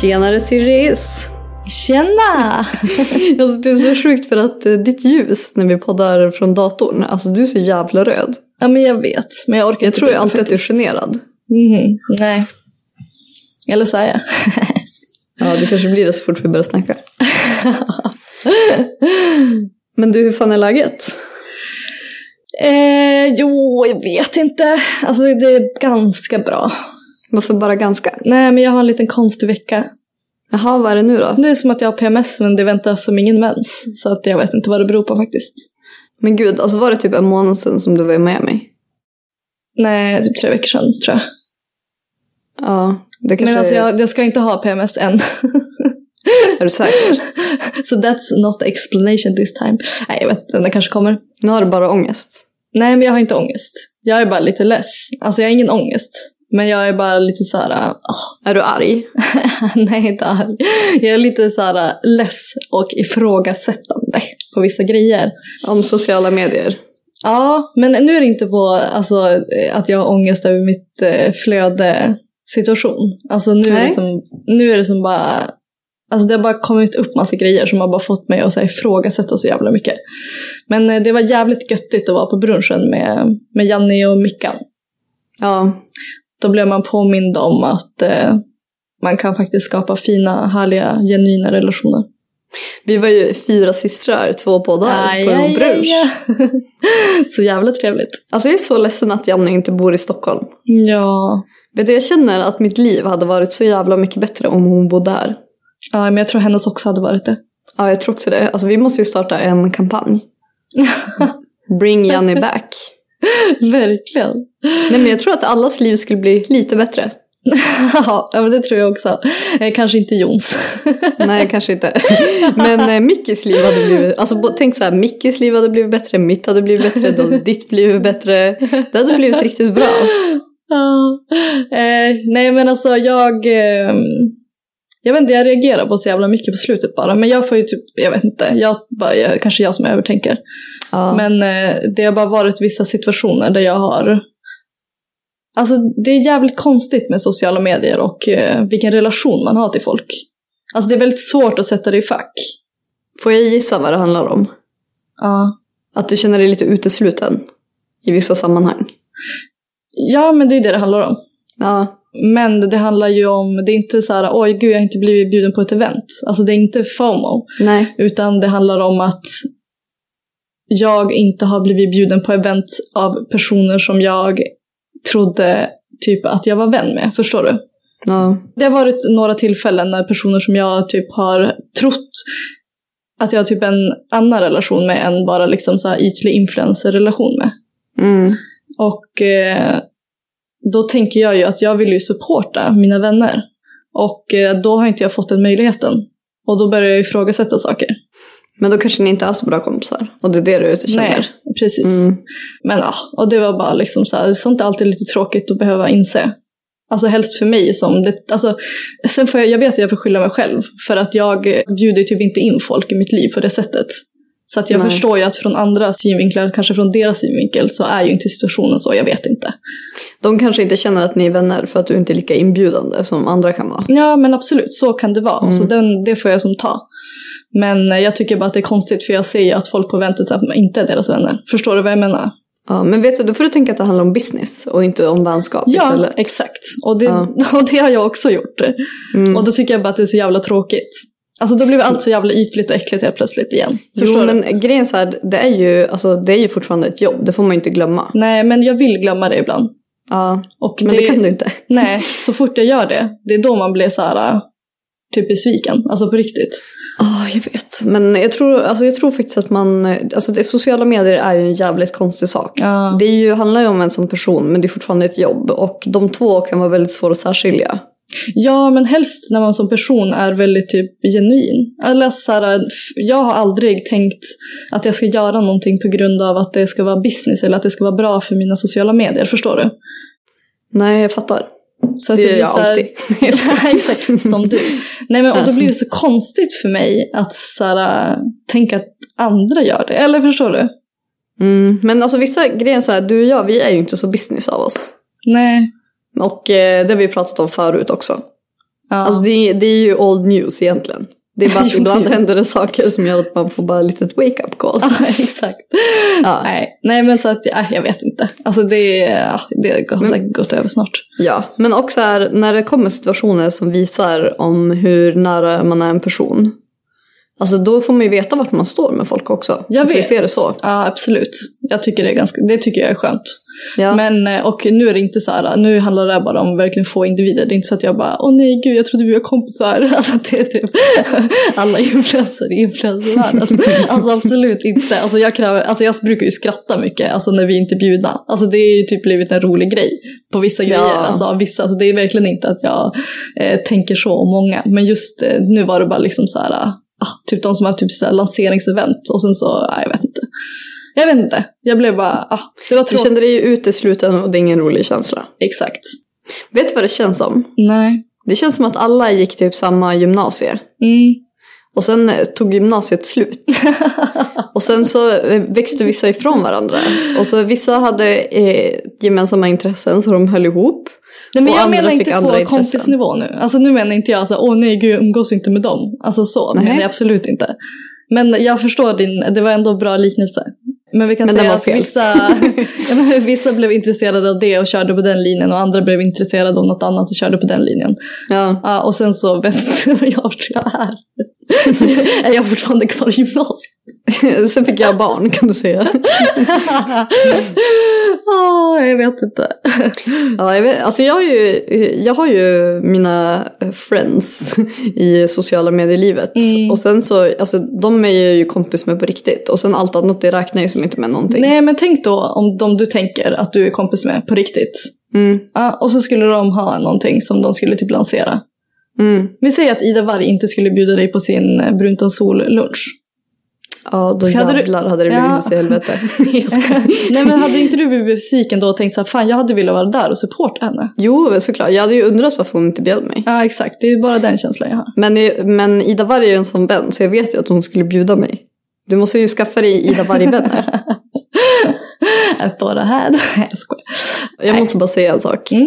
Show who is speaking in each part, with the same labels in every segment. Speaker 1: Tjenare Siris!
Speaker 2: Tjena!
Speaker 1: Alltså, det är så sjukt för att eh, ditt ljus när vi poddar från datorn, alltså du är så jävla röd.
Speaker 2: ja men jag vet, men jag orkar
Speaker 1: Jag tror ju
Speaker 2: bli
Speaker 1: alltid att du är
Speaker 2: faktiskt.
Speaker 1: generad.
Speaker 2: Mhm, nej. Eller så är jag.
Speaker 1: Ja, det kanske blir det så fort vi börjar snacka. Men du, hur fan är läget?
Speaker 2: eh, jo, jag vet inte. Alltså det är ganska bra.
Speaker 1: Varför bara ganska?
Speaker 2: Nej, men jag har en liten konstig vecka.
Speaker 1: Jaha, vad är det nu då?
Speaker 2: Det är som att jag har PMS men det väntar som ingen mens. Så att jag vet inte vad det beror på faktiskt.
Speaker 1: Men gud, alltså var det typ en månad sedan som du var i Miami?
Speaker 2: Nej, typ tre veckor sedan tror jag.
Speaker 1: Ja, det kanske
Speaker 2: Men alltså
Speaker 1: är...
Speaker 2: jag, jag ska inte ha PMS än.
Speaker 1: Är du säker?
Speaker 2: so that's not the explanation this time. Nej, jag vet inte, den kanske kommer.
Speaker 1: Nu har du bara ångest.
Speaker 2: Nej, men jag har inte ångest. Jag är bara lite less. Alltså jag har ingen ångest. Men jag är bara lite såhär, ah,
Speaker 1: Är du arg?
Speaker 2: nej inte arg. Jag är lite såhär less och ifrågasättande på vissa grejer.
Speaker 1: Om sociala medier?
Speaker 2: Ja, men nu är det inte på alltså, eh, att jag har ångest över mitt eh, flöde situation. Alltså nu är,
Speaker 1: Nej.
Speaker 2: det som, nu är det som bara, alltså det har bara kommit upp massa grejer som har bara fått mig att så här, ifrågasätta så jävla mycket. Men eh, det var jävligt göttigt att vara på brunchen med, med Janni och Mickan.
Speaker 1: Ja,
Speaker 2: då blev man påmind om att eh, man kan faktiskt skapa fina, härliga, genuina relationer.
Speaker 1: Vi var ju fyra systrar, två poddar på en brunch.
Speaker 2: Så jävla trevligt.
Speaker 1: Alltså jag är så ledsen att Janne inte bor i Stockholm.
Speaker 2: Ja.
Speaker 1: Vet du, jag känner att mitt liv hade varit så jävla mycket bättre om hon bodde här.
Speaker 2: ja, men jag tror hennes också hade varit det.
Speaker 1: Ja, jag tror också det. Alltså vi måste ju starta en kampanj. Bring Janne back.
Speaker 2: Verkligen.
Speaker 1: Nej men jag tror att allas liv skulle bli lite bättre.
Speaker 2: ja, men det tror jag också. Eh, kanske inte Jons.
Speaker 1: Nej, kanske inte. Men eh, Mickes liv hade blivit... Alltså bo- tänk så här, Mickes liv hade blivit bättre, mitt hade blivit bättre, då ditt blivit bättre. Det hade blivit riktigt bra.
Speaker 2: Ja. eh, nej, men alltså jag... Eh, jag vet inte, jag reagerar på så jävla mycket på slutet bara. Men jag får ju typ, jag vet inte, jag, bara, jag, kanske jag som övertänker.
Speaker 1: Ja.
Speaker 2: Men eh, det har bara varit vissa situationer där jag har... Alltså det är jävligt konstigt med sociala medier och eh, vilken relation man har till folk. Alltså det är väldigt svårt att sätta det i fack.
Speaker 1: Får jag gissa vad det handlar om?
Speaker 2: Ja.
Speaker 1: Att du känner dig lite utesluten i vissa sammanhang.
Speaker 2: Ja, men det är det det handlar om.
Speaker 1: Ja,
Speaker 2: Men det handlar ju om, det är inte så här, oj gud jag har inte blivit bjuden på ett event. Alltså det är inte FOMO.
Speaker 1: nej.
Speaker 2: Utan det handlar om att jag inte har blivit bjuden på event av personer som jag trodde typ att jag var vän med. Förstår du?
Speaker 1: Ja.
Speaker 2: Det har varit några tillfällen när personer som jag typ har trott att jag har typ en annan relation med än bara liksom så här ytlig influencer-relation med.
Speaker 1: Mm.
Speaker 2: Och eh, då tänker jag ju att jag vill ju supporta mina vänner. Och eh, då har inte jag fått den möjligheten. Och då börjar jag ifrågasätta saker.
Speaker 1: Men då kanske ni inte är så bra kompisar. Och det är det du
Speaker 2: Nej,
Speaker 1: känner.
Speaker 2: precis.
Speaker 1: Mm.
Speaker 2: Men ja, och det var bara liksom så här, sånt är alltid lite tråkigt att behöva inse. Alltså helst för mig som, det, alltså, sen får jag, jag vet att jag får skylla mig själv för att jag bjuder typ inte in folk i mitt liv på det sättet. Så att jag
Speaker 1: Nej.
Speaker 2: förstår ju att från andra synvinklar, kanske från deras synvinkel, så är ju inte situationen så. Jag vet inte.
Speaker 1: De kanske inte känner att ni är vänner för att du inte är lika inbjudande som andra kan vara.
Speaker 2: Ja, men absolut, så kan det vara.
Speaker 1: Mm.
Speaker 2: Så den, det får jag som ta. Men eh, jag tycker bara att det är konstigt för jag ser ju att folk på väntet att man inte är deras vänner. Förstår du vad jag menar?
Speaker 1: Ja, men vet du, då får du tänka att det handlar om business och inte om vänskap
Speaker 2: Ja,
Speaker 1: istället.
Speaker 2: exakt. Och det,
Speaker 1: Ja. Mm.
Speaker 2: och det har jag också gjort. Och då tycker jag bara att det är så jävla tråkigt. Alltså då blev allt så jävla ytligt och äckligt helt plötsligt igen. Förstår
Speaker 1: jo,
Speaker 2: du?
Speaker 1: men grejen är så här, det är, ju, alltså, det är ju fortfarande ett jobb, det får man ju inte glömma.
Speaker 2: Nej, men jag vill glömma det ibland.
Speaker 1: Ja,
Speaker 2: Och
Speaker 1: men det, kan du inte.
Speaker 2: Nej, så fort jag gör det, det är då man blir så här äh, typ besviken. Alltså på riktigt.
Speaker 1: Ja, jag vet. Men jag tror, alltså, jag tror faktiskt att man... Alltså, det, sociala medier är ju en jävligt konstig sak.
Speaker 2: Ja.
Speaker 1: Det är ju, handlar ju om en som person, men det är fortfarande ett jobb. Och de två kan vara väldigt svåra att särskilja.
Speaker 2: Ja, men helst när man som person är väldigt typ genuin. Eller så här, äh, f- jag har aldrig tänkt att jag ska göra någonting på grund av att det ska vara business eller att det ska vara bra för mina sociala medier. Förstår du?
Speaker 1: Nej, jag fattar.
Speaker 2: Så att
Speaker 1: Det
Speaker 2: det,
Speaker 1: gör
Speaker 2: blir
Speaker 1: jag
Speaker 2: så
Speaker 1: alltid.
Speaker 2: här, Nej, exakt, som du. Nej, men, och då blir det så konstigt för mig att så här, tänka att andra gör det. Eller förstår du?
Speaker 1: Mm. Men alltså vissa grejer så här, du och jag, vi är ju inte så business av oss.
Speaker 2: Nej.
Speaker 1: Och eh, det har vi pratat om förut också.
Speaker 2: Ja.
Speaker 1: Alltså det, det är ju old news egentligen. Det är bara att ibland händer det saker som gör att man får bara ett litet wake-up call.
Speaker 2: Ja, exakt.
Speaker 1: Ja.
Speaker 2: Nej. Nej, men så att äh, jag vet inte. Alltså det, ja, det har säkert gått över snart.
Speaker 1: Ja, men också är, när det kommer situationer som visar om hur nära man är en person. Alltså då får man ju veta vart man står med folk också.
Speaker 2: Jag
Speaker 1: För
Speaker 2: vet.
Speaker 1: ser det så.
Speaker 2: Ja, absolut. Jag tycker det är ganska, det tycker jag är skönt.
Speaker 1: Ja.
Speaker 2: Men, eh, och nu är det inte så här, nu handlar det här bara om verkligen få individer. Det är inte så att jag bara, åh nej gud, jag trodde vi var kompisar. Alltså det är typ alla influencers i influencervärlden. Alltså absolut inte. Alltså jag, kräver, alltså jag brukar ju skratta mycket, alltså när vi inte är bjudna. Alltså det är ju typ blivit en rolig grej på vissa
Speaker 1: Ja.
Speaker 2: grejer. Alltså av vissa, alltså det är verkligen inte att jag eh, tänker så om många. Men just eh, nu var det bara liksom så här, ah, typ de som har typ så här lanseringsevent och sen så, ah, jag vet inte. Jag vet inte. Jag blev bara, ah, det var
Speaker 1: Du
Speaker 2: tråkigt.
Speaker 1: kände dig ju utesluten och det är ingen rolig känsla.
Speaker 2: Exakt.
Speaker 1: Vet du vad det känns som?
Speaker 2: Nej.
Speaker 1: Det känns som att alla gick typ samma gymnasie.
Speaker 2: Mm.
Speaker 1: Och sen eh, tog gymnasiet slut. och sen så eh, växte vissa ifrån varandra. Och så vissa hade eh, gemensamma intressen så de höll ihop.
Speaker 2: Nej, men
Speaker 1: Och
Speaker 2: jag
Speaker 1: andra
Speaker 2: menar
Speaker 1: fick
Speaker 2: inte på
Speaker 1: andra intressen.
Speaker 2: kompisnivå nu. Alltså nu menar inte jag så här, åh nej gud jag umgås inte med dem. Alltså så
Speaker 1: Nej.
Speaker 2: menar jag absolut inte. Men jag förstår din, det var ändå bra liknelse. Men vi kan
Speaker 1: Men den
Speaker 2: säga
Speaker 1: var
Speaker 2: att
Speaker 1: fel.
Speaker 2: vissa, ja, men vissa blev intresserade av det och körde på den linjen och andra blev intresserade av något annat och körde på den linjen.
Speaker 1: Ja.
Speaker 2: Ja, och sen så vet inte vad jag vart jag är. Så är jag fortfarande kvar i gymnasiet?
Speaker 1: sen fick jag barn kan du säga.
Speaker 2: Oh, jag vet inte.
Speaker 1: Ja, jag, vet, alltså jag, har ju, jag har ju mina friends i sociala medier-livet.
Speaker 2: Mm.
Speaker 1: Och sen så, alltså de är jag ju kompis med på riktigt. Och sen allt annat det räknar ju som inte med någonting.
Speaker 2: Nej men tänk då om de du tänker att du är kompis med på riktigt.
Speaker 1: Mm,
Speaker 2: Ja, och så skulle de ha någonting som de skulle typ lansera.
Speaker 1: mm.
Speaker 2: Vi säger att Ida Warg inte skulle bjuda dig på sin eh, brunton sol-lunch.
Speaker 1: Ja, då
Speaker 2: Så hade du-
Speaker 1: jävlar hade det blivit
Speaker 2: Ja.
Speaker 1: hus i helvete. Jag skojar.
Speaker 2: Nej men hade inte du blivit besviken då och tänkt så här, fan jag hade velat vara där och supporta henne?
Speaker 1: jo, såklart. Jag hade ju undrat varför hon inte bjöd mig.
Speaker 2: Ja exakt, det är bara den känslan jag har.
Speaker 1: Men, men Ida Warg är ju en sån vän, så jag vet ju att hon skulle bjuda mig. Du måste ju skaffa dig Ida Warg-vänner.
Speaker 2: Att bara här, Nej, jag skojar.
Speaker 1: Jag måste bara säga en sak.
Speaker 2: Mm.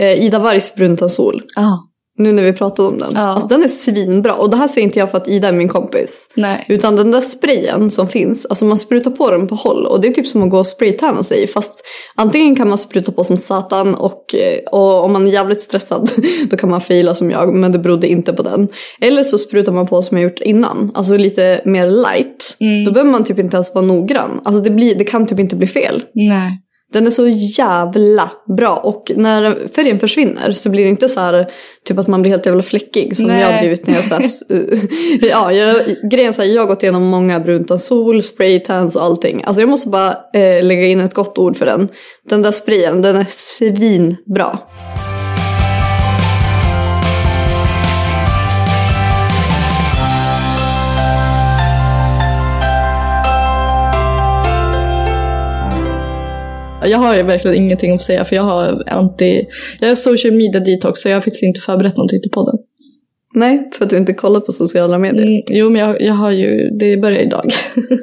Speaker 1: Eh, Ida Wargs Brunta Sol.
Speaker 2: Ja.
Speaker 1: Nu när vi pratade om den.
Speaker 2: Ja.
Speaker 1: Alltså den är svinbra. Och det här säger inte jag för att Ida är min kompis.
Speaker 2: Nej.
Speaker 1: Utan den där sprayen som finns, alltså man sprutar på den på håll. Och det är typ som att gå och spraytanna sig. Fast antingen kan man spruta på som satan och, eh, och om man är jävligt stressad då kan man faila som jag. Men det berodde inte på den. Eller så sprutar man på som jag gjort innan. Alltså lite mer light.
Speaker 2: Mm.
Speaker 1: Då behöver man typ inte ens vara noggrann. Alltså det, blir, det kan typ inte bli fel.
Speaker 2: Nej.
Speaker 1: Den är så jävla bra och när färgen försvinner så blir det inte så här typ att man blir helt jävla fläckig som
Speaker 2: Nej.
Speaker 1: jag har blivit när jag så här, ja, jag, grejen är så här, jag har gått igenom många brunta sol, spraytans och allting. Alltså jag måste bara eh, lägga in ett gott ord för den. Den där sprayen, den är svinbra.
Speaker 2: Jag har ju verkligen ingenting att säga för jag har anti... Jag är social media detox så jag har faktiskt inte förberett någonting till podden.
Speaker 1: Nej, för att du inte kollar på sociala medier.
Speaker 2: Mm, jo men jag, jag har ju, det börjar idag.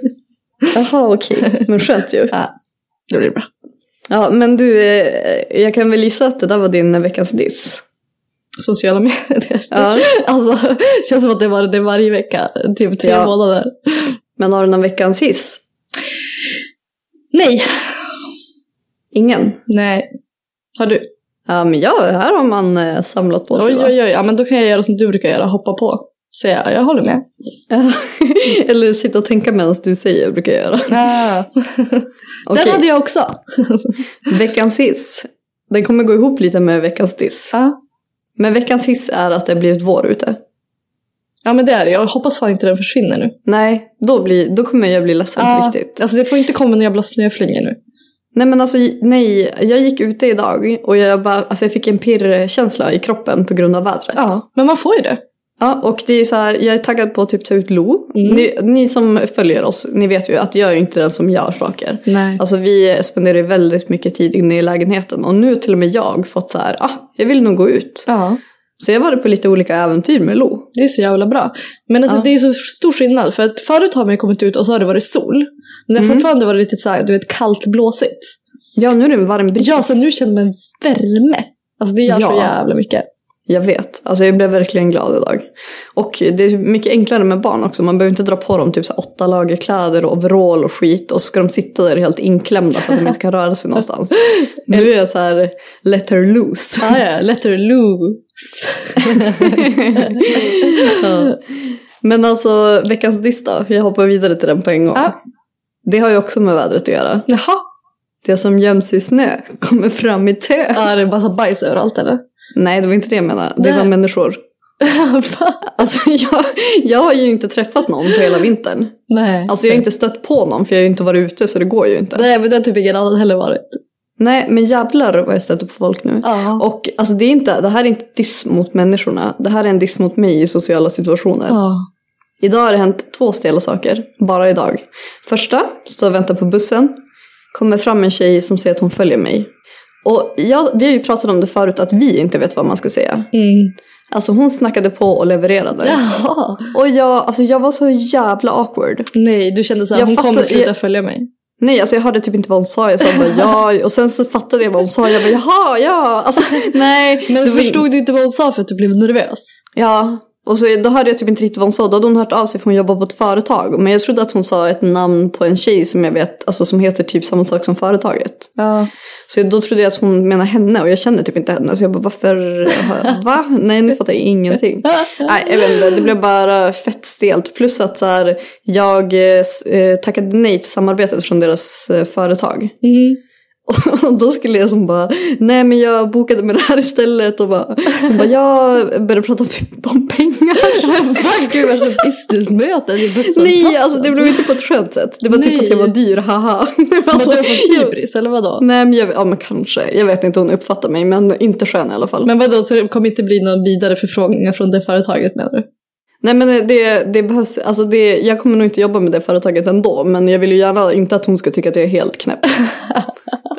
Speaker 1: Jaha, okej. Men skönt ju.
Speaker 2: Ja, det blir bra.
Speaker 1: Ja, men du, eh, jag kan väl gissa att det där var din eh, veckans diss?
Speaker 2: Sociala medier.
Speaker 1: Ja.
Speaker 2: Alltså, känns som att det var det varje vecka, typ tre
Speaker 1: Ja.
Speaker 2: månader.
Speaker 1: Men har du någon veckans hiss?
Speaker 2: Nej.
Speaker 1: Ingen?
Speaker 2: Nej. Har du?
Speaker 1: Ja, men ja, här har man eh, samlat på sig.
Speaker 2: Oj,
Speaker 1: va?
Speaker 2: oj, oj. Ja, men då kan jag göra som du brukar göra, hoppa på. Säga, jag håller med.
Speaker 1: Eller sitta och tänka medan du säger, brukar jag göra.
Speaker 2: Ah.
Speaker 1: Okej,
Speaker 2: Den hade jag också.
Speaker 1: veckans hiss. Den kommer gå ihop lite med veckans diss.
Speaker 2: Ja.
Speaker 1: Men veckans hiss är att det har blivit vår ute.
Speaker 2: ja, men det är det. Jag hoppas fan inte den försvinner nu.
Speaker 1: Nej, då, blir, då kommer jag bli ledsen på
Speaker 2: Ja.
Speaker 1: riktigt.
Speaker 2: Alltså det får inte komma några jävla snöflingor nu.
Speaker 1: Nej men alltså nej, jag gick ute idag och jag, bara, alltså, jag fick en pirrkänsla i kroppen på grund av vädret.
Speaker 2: Ja, men man får ju det.
Speaker 1: Ja, och det är så här, jag är taggad på att typ ta ut Lo.
Speaker 2: Mm.
Speaker 1: Ni, ni som följer oss, ni vet ju att jag är ju inte den som gör saker.
Speaker 2: Nej.
Speaker 1: Alltså vi spenderar ju väldigt mycket tid inne i lägenheten och nu har till och med jag fått så här, ah, jag vill nog gå ut.
Speaker 2: Ja,
Speaker 1: Så jag var på lite olika äventyr med Lo.
Speaker 2: det är så jävla bra. Men alltså,
Speaker 1: Ja.
Speaker 2: det är ju så stor skillnad. För att förut har man ju kommit ut och så har det varit sol. Men det har
Speaker 1: Mm.
Speaker 2: fortfarande varit lite så här, du vet, kallt, blåsigt.
Speaker 1: Ja, nu är det en varm bris.
Speaker 2: Ja, så nu känner man värme. Alltså det gör så
Speaker 1: Ja.
Speaker 2: jävla mycket.
Speaker 1: Jag vet, alltså jag blev verkligen glad idag. Och det är mycket enklare med barn också, man behöver inte dra på dem typ så här åtta lager kläder och overall och skit och så ska de sitta där helt inklämda för att de inte kan röra sig någonstans. Nu är jag så här, let her loose.
Speaker 2: Ah, ja, let her loose.
Speaker 1: Ja. Men alltså veckans diss då, jag hoppar vidare till den på en gång.
Speaker 2: Ja.
Speaker 1: Det har ju också med vädret att göra.
Speaker 2: Jaha.
Speaker 1: Det som göms i snö kommer fram i tö.
Speaker 2: Ja, det är bara så bajs överallt eller?
Speaker 1: Nej, det var inte det jag menade. Det
Speaker 2: Nej.
Speaker 1: var människor. Alltså jag, jag har ju inte träffat någon på hela vintern.
Speaker 2: Nej.
Speaker 1: Alltså jag har inte stött på någon för jag har ju inte varit ute så det går ju inte.
Speaker 2: Nej, men det har typ ingen annan heller varit.
Speaker 1: Nej men jävlar vad jag stöter på folk nu.
Speaker 2: Ja.
Speaker 1: Och alltså det, är inte, det här är inte diss mot människorna. Det här är en diss mot mig i sociala situationer.
Speaker 2: Ja.
Speaker 1: Idag har det hänt två stela saker. Bara idag. Första, står och väntar på bussen. Kommer fram en tjej som säger att hon följer mig. Och jag, vi har ju pratat om det förut att vi inte vet vad man ska säga.
Speaker 2: Mm.
Speaker 1: Alltså hon snackade på och levererade.
Speaker 2: Jaha.
Speaker 1: Och jag, alltså jag var så jävla awkward.
Speaker 2: Nej, du kände såhär,
Speaker 1: Jag
Speaker 2: hon
Speaker 1: fattar-
Speaker 2: kommer sluta
Speaker 1: jag-
Speaker 2: följa mig.
Speaker 1: Nej, alltså jag hörde typ inte vad hon sa. Jag sa bara ja. Och sen så fattade jag vad hon sa. Jag bara jaha, ja. Alltså nej.
Speaker 2: Men
Speaker 1: det var in-
Speaker 2: förstod du inte vad hon sa för att du blev nervös?
Speaker 1: Ja. Och så, då hörde jag typ inte riktigt vad hon sa. Då hade hon hört av sig för hon jobbar på ett företag. Men jag trodde att hon sa ett namn på en tjej som jag vet, alltså som heter typ samma sak som företaget.
Speaker 2: Ja.
Speaker 1: Så då trodde jag att hon menade henne och jag känner typ inte henne. Så jag bara varför, va? Nej nu fattar jag ingenting. Nej jag vet inte, det blev bara fett stelt. Plus att så här, jag eh, s- eh, tackade nej till samarbetet från deras eh, företag.
Speaker 2: Mm.
Speaker 1: Och då skulle jag som bara, nej men jag bokade med det här istället och bara, hon bara jag började prata om pengar.
Speaker 2: Fan gud, värsta businessmötet i bussen.
Speaker 1: Nej, alltså det blev inte på ett skönt sätt. Det var typ
Speaker 2: Nej.
Speaker 1: att jag var dyr, haha. Det
Speaker 2: Som
Speaker 1: var
Speaker 2: att
Speaker 1: så-
Speaker 2: du har fått hybris, eller vadå?
Speaker 1: Nej men jag, ja men kanske. Jag vet inte, hon uppfattar mig men inte skön i alla fall.
Speaker 2: Men vadå, så det kommer inte bli någon vidare förfrågningar från det företaget menar du?
Speaker 1: Nej men det, det behövs, alltså det, jag kommer nog inte jobba med det företaget ändå men jag vill ju gärna inte att hon ska tycka att jag är helt knäpp.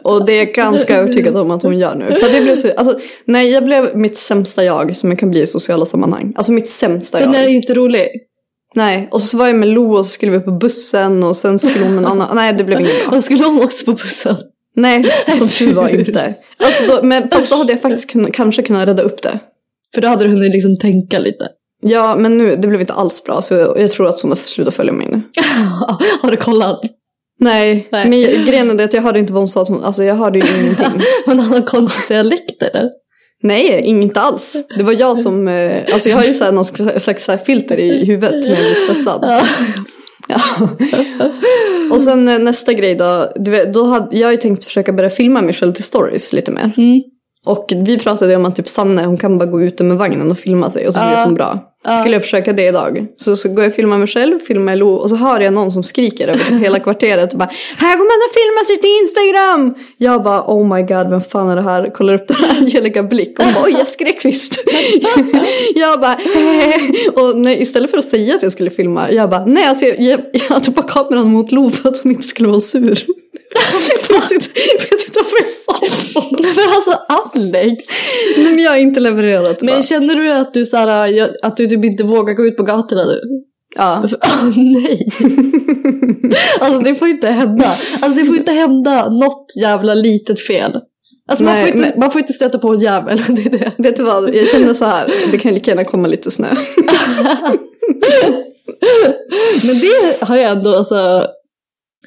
Speaker 1: Och det är jag ganska övertygad om att hon gör nu. För det blev så, alltså, nej jag blev mitt sämsta jag som jag kan bli i sociala sammanhang. Alltså mitt sämsta
Speaker 2: Den är
Speaker 1: jag.
Speaker 2: inte rolig.
Speaker 1: Nej, och så var jag med Lo och så skulle vi på bussen och sen skulle hon med en annan, nej det blev inget bra.
Speaker 2: Och skulle hon också på bussen?
Speaker 1: Nej, som tur var inte. Alltså då, men fast då hade jag faktiskt kunnat, kanske kunnat rädda upp det.
Speaker 2: För då hade du hunnit liksom tänka lite.
Speaker 1: Ja men nu, det blev inte alls bra så jag tror att hon har slutat följa mig nu.
Speaker 2: Har du kollat?
Speaker 1: Nej,
Speaker 2: Nej.
Speaker 1: men jag- grejen är det att jag hörde inte vad hon sa. Att hon, alltså jag hörde ju ingenting.
Speaker 2: Hon har någon konstig dialekt eller?
Speaker 1: Nej, inte alls. Det var jag som... eh, Alltså jag har ju så här någon slags så här filter i huvudet när jag blir stressad. Ja. Och sen eh, nästa grej då. Du vet, då hade, jag har ju tänkt försöka börja filma mig själv till stories lite mer.
Speaker 2: Mm.
Speaker 1: Och vi pratade ju om att typ Sanne hon kan bara gå ute med vagnen och filma sig och så blir det
Speaker 2: Ja.
Speaker 1: som bra.
Speaker 2: Ja.
Speaker 1: Skulle jag försöka det idag. Så, så går jag och filmar mig själv, filmar Lo och så hör jag någon som skriker över typ hela kvarteret och bara Här kommer han att filma sig till Instagram! Jag bara oh my god vem fan är det här? Kollar upp den här Angelica Blick och hon bara oj jag skrek visst. jag bara "Eh." Och nej, istället för att säga att jag skulle filma jag bara nej alltså jag, jag, jag tog på kameran mot Lo för att hon inte skulle vara sur. jag vet inte jag vet inte varför jag sa så.
Speaker 2: Men alltså Alex!
Speaker 1: Nej men jag har inte levererat.
Speaker 2: Men
Speaker 1: Men,
Speaker 2: känner du att du, så här, jag- att du typ inte vågar gå ut på gatorna nu?
Speaker 1: Ja.
Speaker 2: nej! alltså det får inte hända. Alltså det får inte hända något jävla litet fel. Alltså man,
Speaker 1: Nej,
Speaker 2: får inte, man får inte stöta på en jävel. Det är det.
Speaker 1: Vet du vad, jag känner så här, det kan ju lika gärna komma lite snö.
Speaker 2: Men det har jag ändå alltså,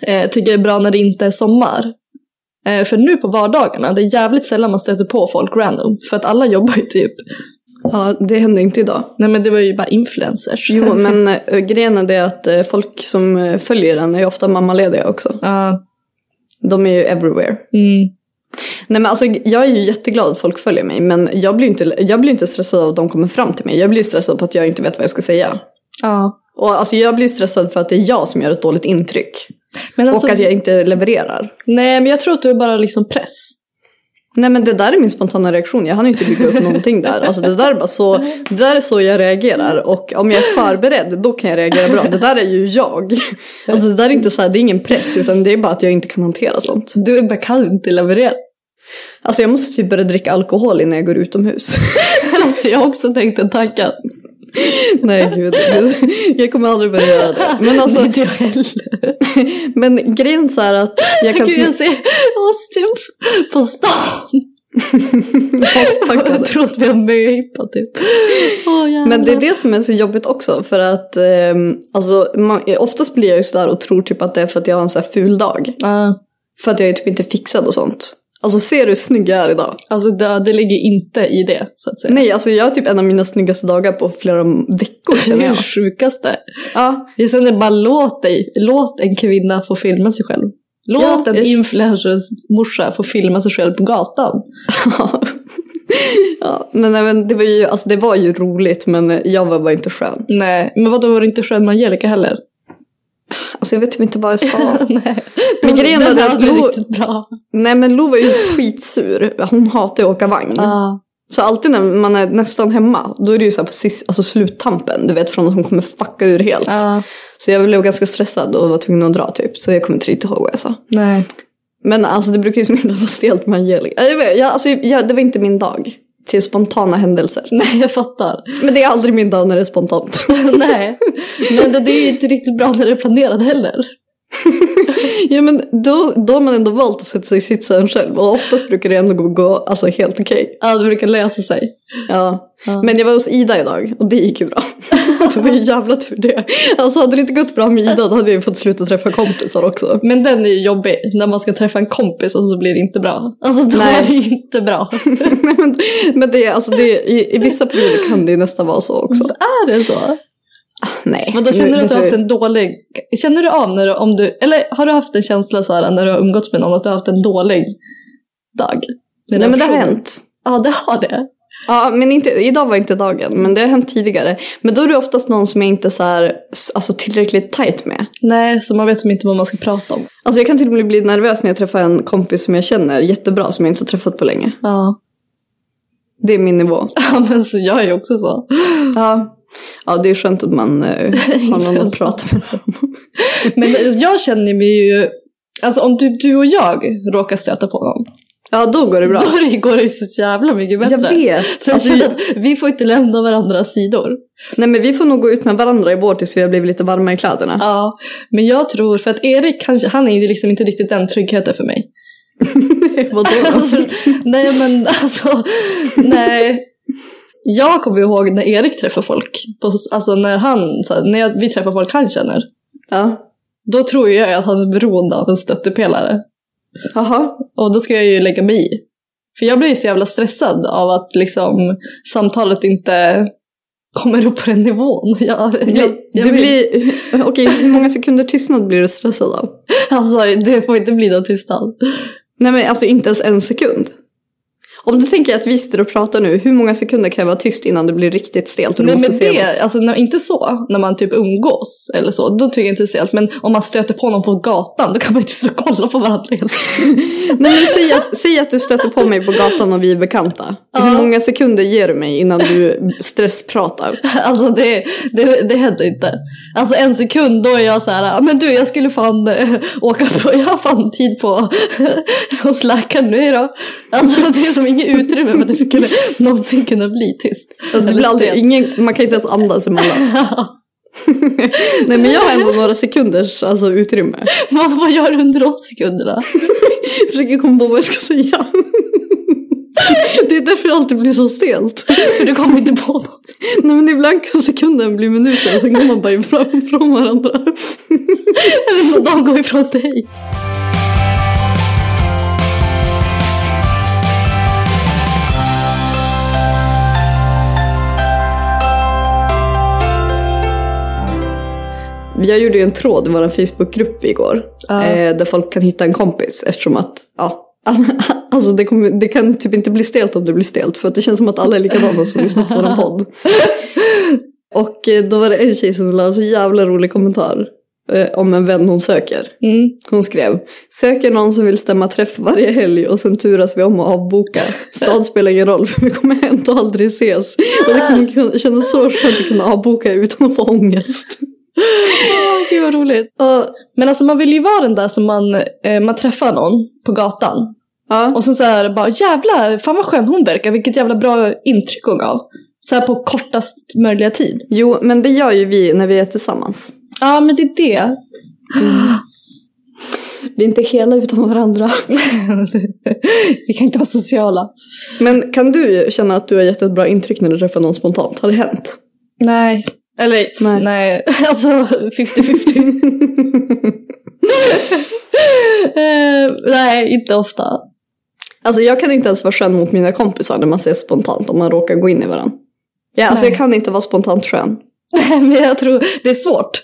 Speaker 2: eh, tycker är bra när det inte är sommar. Eh, för nu på vardagarna, det är jävligt sällan man stöter på folk random. För att alla jobbar ju typ.
Speaker 1: Ja, det hände inte idag.
Speaker 2: Nej men det var ju bara influencers.
Speaker 1: Jo, men eh, grejen är det att eh, folk som eh, följer den är ju ofta mammalediga också.
Speaker 2: Ja,
Speaker 1: De är ju everywhere.
Speaker 2: mm.
Speaker 1: Nej men alltså jag är ju jätteglad att folk följer mig men jag blir ju inte, jag blir inte stressad av att de kommer fram till mig. Jag blir ju stressad på att jag inte vet vad jag ska säga.
Speaker 2: Ja.
Speaker 1: Och alltså jag blir ju stressad för att det är jag som gör ett dåligt intryck.
Speaker 2: Men alltså,
Speaker 1: och att jag inte levererar.
Speaker 2: Nej men jag tror att du är bara liksom press.
Speaker 1: Nej men det där är min spontana reaktion. Jag hann ju inte bygga upp någonting där. Alltså det där är bara så, det där är så jag reagerar. Och om jag är förberedd då kan jag reagera bra. Det där är ju jag. Alltså det där är inte så här, det är ingen press utan det är bara att jag inte kan hantera sånt.
Speaker 2: Du bara kan inte leverera.
Speaker 1: Alltså jag måste typ börja dricka alkohol innan jag går utomhus.
Speaker 2: alltså jag har också tänkt den tanken.
Speaker 1: Nej gud, gud. jag kommer aldrig börja göra det. Men alltså,
Speaker 2: Inte jag heller. Alltså,
Speaker 1: men grejen så här att jag kan
Speaker 2: Gud, jag
Speaker 1: smita
Speaker 2: ser oss typ på stan. Jag tror att vi har möhippa typ. Åh, jävlar.
Speaker 1: men det är det som är så jobbigt också för att ehm, alltså, man, oftast blir jag ju sådär och tror typ att det är för att jag har en så här ful dag.
Speaker 2: Ja,
Speaker 1: För att jag är typ inte fixad och sånt. Alltså ser du hur snygg jag är idag?
Speaker 2: alltså det, det ligger inte i det så att säga.
Speaker 1: Nej alltså jag har typ en av mina snyggaste dagar på flera veckor
Speaker 2: det
Speaker 1: känner
Speaker 2: är det
Speaker 1: jag.
Speaker 2: sjukaste.
Speaker 1: Ja,
Speaker 2: Jag känner bara låt dig, låt en kvinna få filma sig själv. Låt
Speaker 1: Ja,
Speaker 2: en
Speaker 1: jag-
Speaker 2: influencers morsa få filma sig själv på gatan.
Speaker 1: ja. Men, nej, men det, var ju, alltså, det var ju roligt men jag var bara inte skön.
Speaker 2: Nej, men vadå var det inte skön med Angelica heller?
Speaker 1: Alltså jag vet typ inte vad jag sa.
Speaker 2: Nej.
Speaker 1: Men grejen var
Speaker 2: den
Speaker 1: det
Speaker 2: var
Speaker 1: att
Speaker 2: aldrig
Speaker 1: Lo,
Speaker 2: riktigt bra.
Speaker 1: Nej men Lo var ju skitsur. Hon hatar ju att åka vagn.
Speaker 2: Ja.
Speaker 1: Så alltid när man är nästan hemma, då är det ju så här på sist, alltså sluttampen. Du vet från att hon kommer fucka ur helt.
Speaker 2: Ja.
Speaker 1: Så jag blev ganska stressad och var tvungen att dra typ. Så jag kommer inte riktigt ihåg vad jag sa.
Speaker 2: Nej.
Speaker 1: Men alltså det brukar ju som inte vara stelt med Angelica. Jag vet, jag, alltså, jag, det var inte min dag. Till spontana händelser.
Speaker 2: Nej, jag fattar.
Speaker 1: Men det är aldrig min dag när det är spontant.
Speaker 2: Nej, men det, det är ju inte riktigt bra när det är planerat heller.
Speaker 1: ja men då, då har man ändå valt att sätta sig i sitsen själv. Och oftast brukar det ändå gå, gå alltså, helt okej.
Speaker 2: Ja, det brukar lösa sig.
Speaker 1: Ja.
Speaker 2: Ja.
Speaker 1: men jag var hos Ida idag och det gick ju bra. det var ju jävla tur det. Alltså hade det inte gått bra med Ida då hade jag ju fått sluta träffa kompisar också.
Speaker 2: Men den är ju jobbig, när man ska träffa en kompis och så blir det inte bra. Alltså då
Speaker 1: Nej.
Speaker 2: är det inte bra.
Speaker 1: Nej, men, men det, är- alltså det, är- i, i vissa perioder kan det ju nästan vara så också. Ah,
Speaker 2: Är det så?
Speaker 1: Nej.
Speaker 2: Men då känner
Speaker 1: nu-
Speaker 2: du att du har
Speaker 1: vet
Speaker 2: haft en dålig... Känner du av när du, om du... Eller har du haft en känsla så här när du har umgåtts med någon att du har haft en dålig dag?
Speaker 1: Nej
Speaker 2: Med den
Speaker 1: men det har
Speaker 2: personen?
Speaker 1: hänt.
Speaker 2: Ja, det har det.
Speaker 1: Ja, men inte, idag var inte dagen, men det har hänt tidigare. Men då är det oftast någon som jag inte så här, s- alltså, tillräckligt tajt med.
Speaker 2: Nej, så man vet som inte vad man ska prata om.
Speaker 1: Alltså jag kan till och med bli nervös när jag träffar en kompis som jag känner jättebra som jag inte har träffat på länge.
Speaker 2: Ja.
Speaker 1: Det är min nivå.
Speaker 2: Ja, men så jag är ju också så.
Speaker 1: Ja, ja det är skönt att man eh, har någon att prata med.
Speaker 2: Men jag känner mig ju... Alltså om du, du och jag råkar stöta på någon,
Speaker 1: Ja, då går det bra.
Speaker 2: då är det- går det ju så jävla mycket bättre.
Speaker 1: Jag vet.
Speaker 2: Så jag
Speaker 1: Alltså,
Speaker 2: känner att vi får inte lämna varandras sidor.
Speaker 1: nej men vi får nog gå ut med varandra i vår tills vi har blivit lite varma i kläderna.
Speaker 2: Ja, men jag tror, för att Erik, kanske, han är ju liksom inte riktigt den tryggheten för mig.
Speaker 1: Vadå?
Speaker 2: Alltså, nej men alltså, nej. Jag kommer ihåg när Erik träffar folk, på, alltså när han, så här, när jag, vi träffar folk han känner.
Speaker 1: Ja.
Speaker 2: Då tror jag att han är beroende av en stöttepelare.
Speaker 1: Jaha.
Speaker 2: Och då ska jag ju lägga mig i. För jag blir ju så jävla stressad av att liksom samtalet inte kommer upp på den nivån. Jag, jag, jag
Speaker 1: du
Speaker 2: vill-
Speaker 1: blir... Okej, hur många sekunder tystnad blir du stressad av?
Speaker 2: Alltså det får inte bli någon tystnad.
Speaker 1: Nej men alltså inte ens en sekund. Om du tänker att vi sitter och pratar nu, hur många sekunder kan jag vara tyst innan det blir riktigt stelt? Och du
Speaker 2: Nej
Speaker 1: måste
Speaker 2: men
Speaker 1: säga
Speaker 2: det,
Speaker 1: något?
Speaker 2: alltså när, inte så, när man typ umgås eller så, då tycker jag inte det är stelt. Men om man stöter på någon på gatan, då kan man inte stå och kolla på varandra helt.
Speaker 1: Nej, men säg, att, säg att du stöter på mig på gatan och vi är bekanta.
Speaker 2: Ja.
Speaker 1: Hur många sekunder ger du mig innan du stresspratar?
Speaker 2: Alltså det, det, det händer inte. Alltså en sekund, då är jag så här, "Ah, men du jag skulle fan eh, åka på, jag har fan tid på hos läkaren nu då. Alltså det är som inget utrymme för att det skulle någonsin kunna bli tyst.
Speaker 1: Alltså, det
Speaker 2: Eller
Speaker 1: blir aldrig,
Speaker 2: stelt.
Speaker 1: ingen, man kan inte ens andas emellan. Nej men jag har ändå några sekunders alltså, utrymme.
Speaker 2: Vad, vad gör du under 80 sekunderna?
Speaker 1: Jag försöker komma på vad jag ska säga. Det är därför det alltid blir så stelt. För du kommer inte på något. Nej men ibland kan sekunden bli minuter och sen går man bara ifrån ifrån varandra. Eller när de går ifrån dig. Jag gjorde ju en tråd i vår Facebookgrupp igår.
Speaker 2: Ja.
Speaker 1: Eh, där folk kan hitta en kompis eftersom att, ja. alla- Alltså det, kommer, det kan typ inte bli stelt om det blir stelt för att det känns som att alla är likadana som lyssnar på vår podd. Och eh, då var det en tjej som la en så jävla rolig kommentar eh, om en vän hon söker.
Speaker 2: Mm.
Speaker 1: Hon skrev Söker någon som vill stämma träff varje helg och sen turas vi om att avboka. Stad spelar ingen roll för vi kommer ändå aldrig ses. Och det kommer kun- kännas så skönt att kunna avboka utan att få ångest.
Speaker 2: Åh, gud vad roligt. Ja, men alltså man vill ju vara den där som man, eh, man träffar någon på gatan.
Speaker 1: Ja.
Speaker 2: Och sen så här bara jävlar, fan vad skön hon verkar. Vilket jävla bra intryck hon gav. Så här på kortast möjliga tid.
Speaker 1: Jo, men det gör ju vi när vi är tillsammans.
Speaker 2: Ja men det är det. Mm.
Speaker 1: Vi är inte hela utan varandra.
Speaker 2: Vi kan inte vara sociala.
Speaker 1: Men kan du känna att du har gett ett bra intryck när du träffar någon spontant? Har det hänt?
Speaker 2: Nej. Eller
Speaker 1: Nej.
Speaker 2: nej. Alltså 50-50. Eh, nej, inte ofta.
Speaker 1: Alltså jag kan inte ens vara skön mot mina kompisar när man ses spontant om man råkar gå in i varandra. Ja, alltså
Speaker 2: Nej.
Speaker 1: jag kan inte vara spontant skön.
Speaker 2: Nej, men jag tror det är svårt.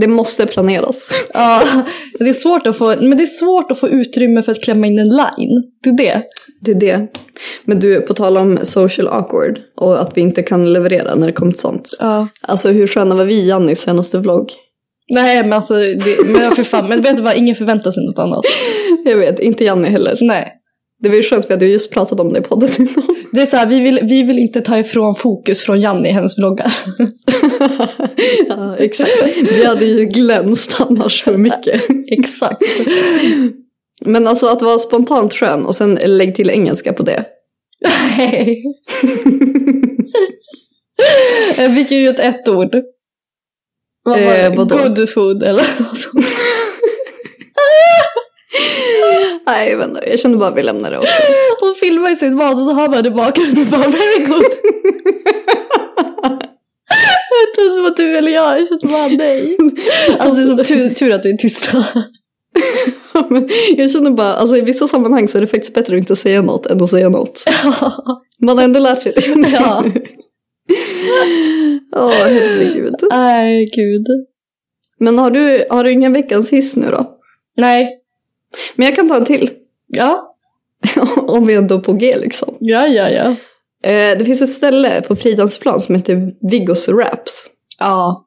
Speaker 1: Det måste planeras.
Speaker 2: Ja, det är svårt att få, men det är svårt att få utrymme för att klämma in en line. Det är det.
Speaker 1: Det är det. Men du, på tal om social awkward och att vi inte kan leverera när det kommer till sånt.
Speaker 2: Ja.
Speaker 1: Alltså hur sköna var vi i Jannis senaste vlogg?
Speaker 2: Nej, men alltså, det, men ja, för fan, men vet du vad, ingen förväntar sig något annat.
Speaker 1: Jag vet, inte Janni heller.
Speaker 2: Nej.
Speaker 1: Det var ju skönt, vi hade ju just pratat om det i podden innan.
Speaker 2: Det är så här, vi vill, vi vill inte ta ifrån fokus från Janni i hennes vloggar.
Speaker 1: ja, exakt. Vi hade ju glänst annars för mycket.
Speaker 2: Exakt.
Speaker 1: Men alltså att vara spontant skön och sen lägg till engelska på det.
Speaker 2: Nej. Eh, Vi kan ju ett ett ord. Vad var
Speaker 1: Eh,
Speaker 2: det?
Speaker 1: vadå?
Speaker 2: Good food eller något sånt.
Speaker 1: Nej, jag vet inte. Jag kände bara att vi lämnar det också.
Speaker 2: Hon filmar i sin mat och så har man det i bakgrunden bara very good. jag vet inte ens om typ att du eller jag, jag känner bara nej. Alltså det är som tur, tur att vi är tysta.
Speaker 1: Men jag känner bara, alltså i vissa sammanhang så är det faktiskt bättre att inte säga något än att säga något. Man har ändå lärt sig det.
Speaker 2: Ja.
Speaker 1: Åh, herregud.
Speaker 2: Nej, gud.
Speaker 1: Men har du, har du ingen veckans hiss nu då?
Speaker 2: Nej.
Speaker 1: Men jag kan ta en till.
Speaker 2: Ja,
Speaker 1: Om vi ändå är på G liksom.
Speaker 2: ja, ja, ja.
Speaker 1: Eh, det finns ett ställe på Fridhemsplan som heter Viggos Wraps.
Speaker 2: Ja.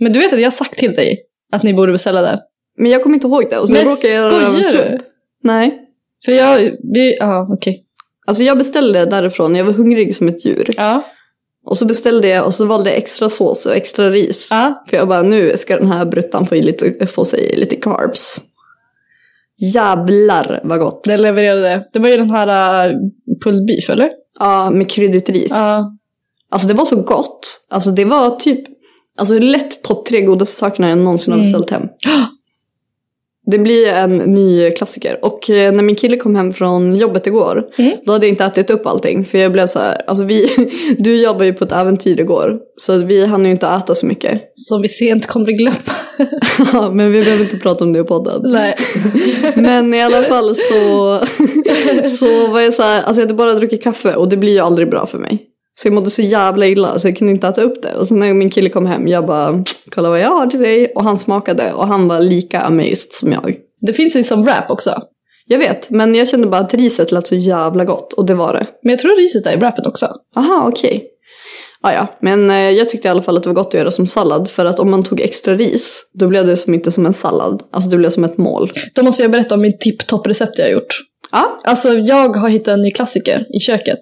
Speaker 2: Men du vet att jag har sagt till dig att ni borde beställa där.
Speaker 1: Men jag kommer inte ihåg det. Och sen
Speaker 2: Men
Speaker 1: råkade jag göra det av en
Speaker 2: skojar du?
Speaker 1: slump. Nej.
Speaker 2: För jag, vi, ja okej.
Speaker 1: Alltså jag beställde därifrån, jag var hungrig som ett djur.
Speaker 2: Ja.
Speaker 1: Och så beställde jag och så valde jag extra sås och extra ris.
Speaker 2: ja.
Speaker 1: För jag bara, nu ska den här bruttan få, i lite, få sig lite carbs. Jävlar vad gott.
Speaker 2: Den levererade. Det var ju den här uh, pulled beef eller?
Speaker 1: Ja, med kryddigt ris.
Speaker 2: Ja.
Speaker 1: Alltså det var så gott. Alltså det var typ, alltså lätt topp tre godaste sakerna jag någonsin har
Speaker 2: Mm.
Speaker 1: beställt hem. Det blir en ny klassiker. Och eh, när min kille kom hem från jobbet igår,
Speaker 2: Mm.
Speaker 1: då hade jag inte ätit upp allting. För jag blev så här, alltså vi, du jobbade ju på ett äventyr igår. Så vi hann ju inte äta så mycket.
Speaker 2: Som vi sent kommer att glömma.
Speaker 1: Ja, Men vi behöver inte prata om det i podden.
Speaker 2: Nej.
Speaker 1: Men i alla fall så, så var jag så här, alltså jag hade bara druckit kaffe och det blir ju aldrig bra för mig. Så jag mådde så jävla illa så jag kunde inte äta upp det. Och sen när min kille kom hem, jag bara kolla vad jag har till dig. Och han smakade och han var lika amazed som jag.
Speaker 2: Det finns ju som wrap också.
Speaker 1: Jag vet, men jag kände bara att riset lät så jävla gott och det var det.
Speaker 2: Men jag tror riset är i wrapen också.
Speaker 1: Aha, okej. Ah, ja, men eh, jag tyckte i alla fall att det var gott att göra som sallad för att om man tog extra ris då blev det som inte som en sallad. Alltså det blev som ett mål.
Speaker 2: Då måste jag berätta om min tipptopprecept jag har gjort.
Speaker 1: Ja,
Speaker 2: Alltså jag har hittat en ny klassiker i köket.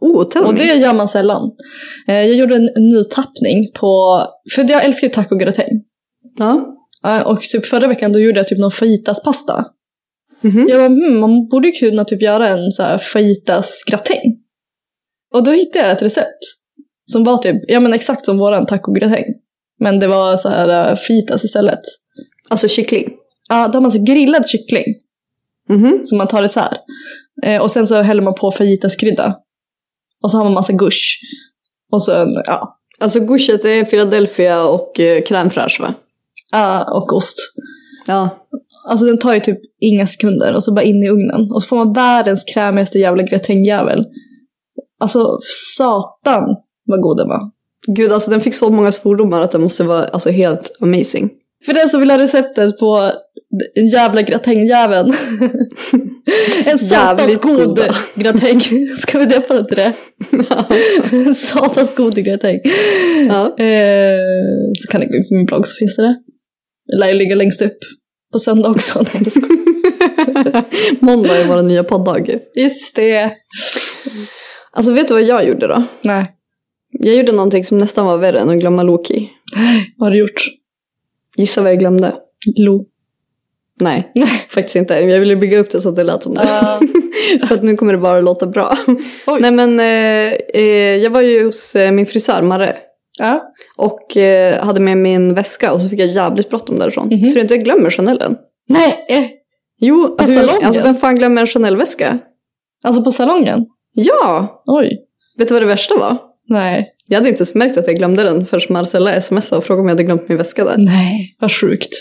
Speaker 1: oh, tell
Speaker 2: Och
Speaker 1: me.
Speaker 2: det gör man sällan. Eh, Jag gjorde en ny tappning på... För jag älskar ju tacogratäng.
Speaker 1: Ja.
Speaker 2: Ja, Och typ förra veckan då gjorde jag typ någon fajitas-pasta.
Speaker 1: Mhm.
Speaker 2: Jag bara, hmm, man borde ju kunna typ göra en så här fajitas-gratäng. Och då hittade jag ett recept. Som var typ, ja men exakt som våran tacogratäng. Men det var så här eh, fritas istället.
Speaker 1: Alltså kyckling.
Speaker 2: Ja, då har man så grillad kyckling
Speaker 1: Mhm.
Speaker 2: som man tar isär. Eh, och sen så häller man på fajitaskrydda. Och så har man massa gush. Och så en, ja,
Speaker 1: Alltså gouchet är Philadelphia och eh, crème fraîche va?
Speaker 2: ja, äh, och ost.
Speaker 1: Ja.
Speaker 2: Alltså den tar ju typ inga sekunder och så bara in i ugnen. Och så får man världens krämigaste jävla grotängjävel. Alltså satan vad god den var.
Speaker 1: Gud, alltså den fick så många svordomar att den måste vara alltså, helt amazing.
Speaker 2: För den som vill ha receptet på den jävla grotängjäveln. en satans
Speaker 1: Jävligt
Speaker 2: god
Speaker 1: goda.
Speaker 2: gratäng. Ska vi döpa den till det? En satans god gratäng.
Speaker 1: Ja.
Speaker 2: Eh, så kan ni gå in på min blogg så finns det det. Det lär ju ligga längst upp. På söndag också. Nej, jag skojar.
Speaker 1: Måndag är vår nya poddag.
Speaker 2: Just det.
Speaker 1: Alltså vet du vad jag gjorde då?
Speaker 2: Nej,
Speaker 1: Jag gjorde någonting som nästan var värre än att glömma Loki.
Speaker 2: vad har du gjort?
Speaker 1: Gissa vad jag glömde?
Speaker 2: Lo.
Speaker 1: Nej, faktiskt inte. Jag ville bygga upp det så att det lät som det. För att nu kommer det bara låta bra.
Speaker 2: Ah. Oj.
Speaker 1: Nej men, eh, eh, jag var ju hos eh, min frisör Marre.
Speaker 2: Ja.
Speaker 1: Och eh, hade med min väska och så fick jag jävligt bråttom därifrån.
Speaker 2: Mhm.
Speaker 1: Så det inte jag glömmer Chanelen.
Speaker 2: Nej! eh,
Speaker 1: Jo,
Speaker 2: På salongen?
Speaker 1: hur, alltså vem fan glömmer en Chanel-väska?
Speaker 2: Alltså på salongen?
Speaker 1: Ja!
Speaker 2: Oj.
Speaker 1: Vet du vad det värsta var?
Speaker 2: Nej.
Speaker 1: Jag hade inte ens märkt att jag glömde den förrän Marcella smsade och frågade om jag hade glömt min väska
Speaker 2: Mm.
Speaker 1: där.
Speaker 2: Nej. Vad sjukt.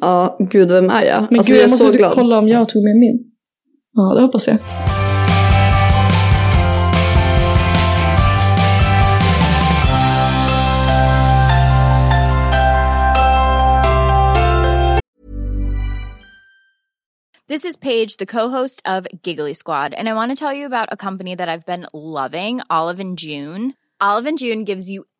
Speaker 1: Ja, gud vem är jag?
Speaker 2: Men
Speaker 1: alltså,
Speaker 2: gud,
Speaker 1: jag
Speaker 2: jag
Speaker 1: är så
Speaker 2: måste typ
Speaker 1: glad.
Speaker 2: kolla om jag tog med min. Ja, det hoppas jag.
Speaker 3: This is Paige, the co-host of Giggly Squad, and I want to tell you about a company that I've been loving, Olive and June. Olive and June gives you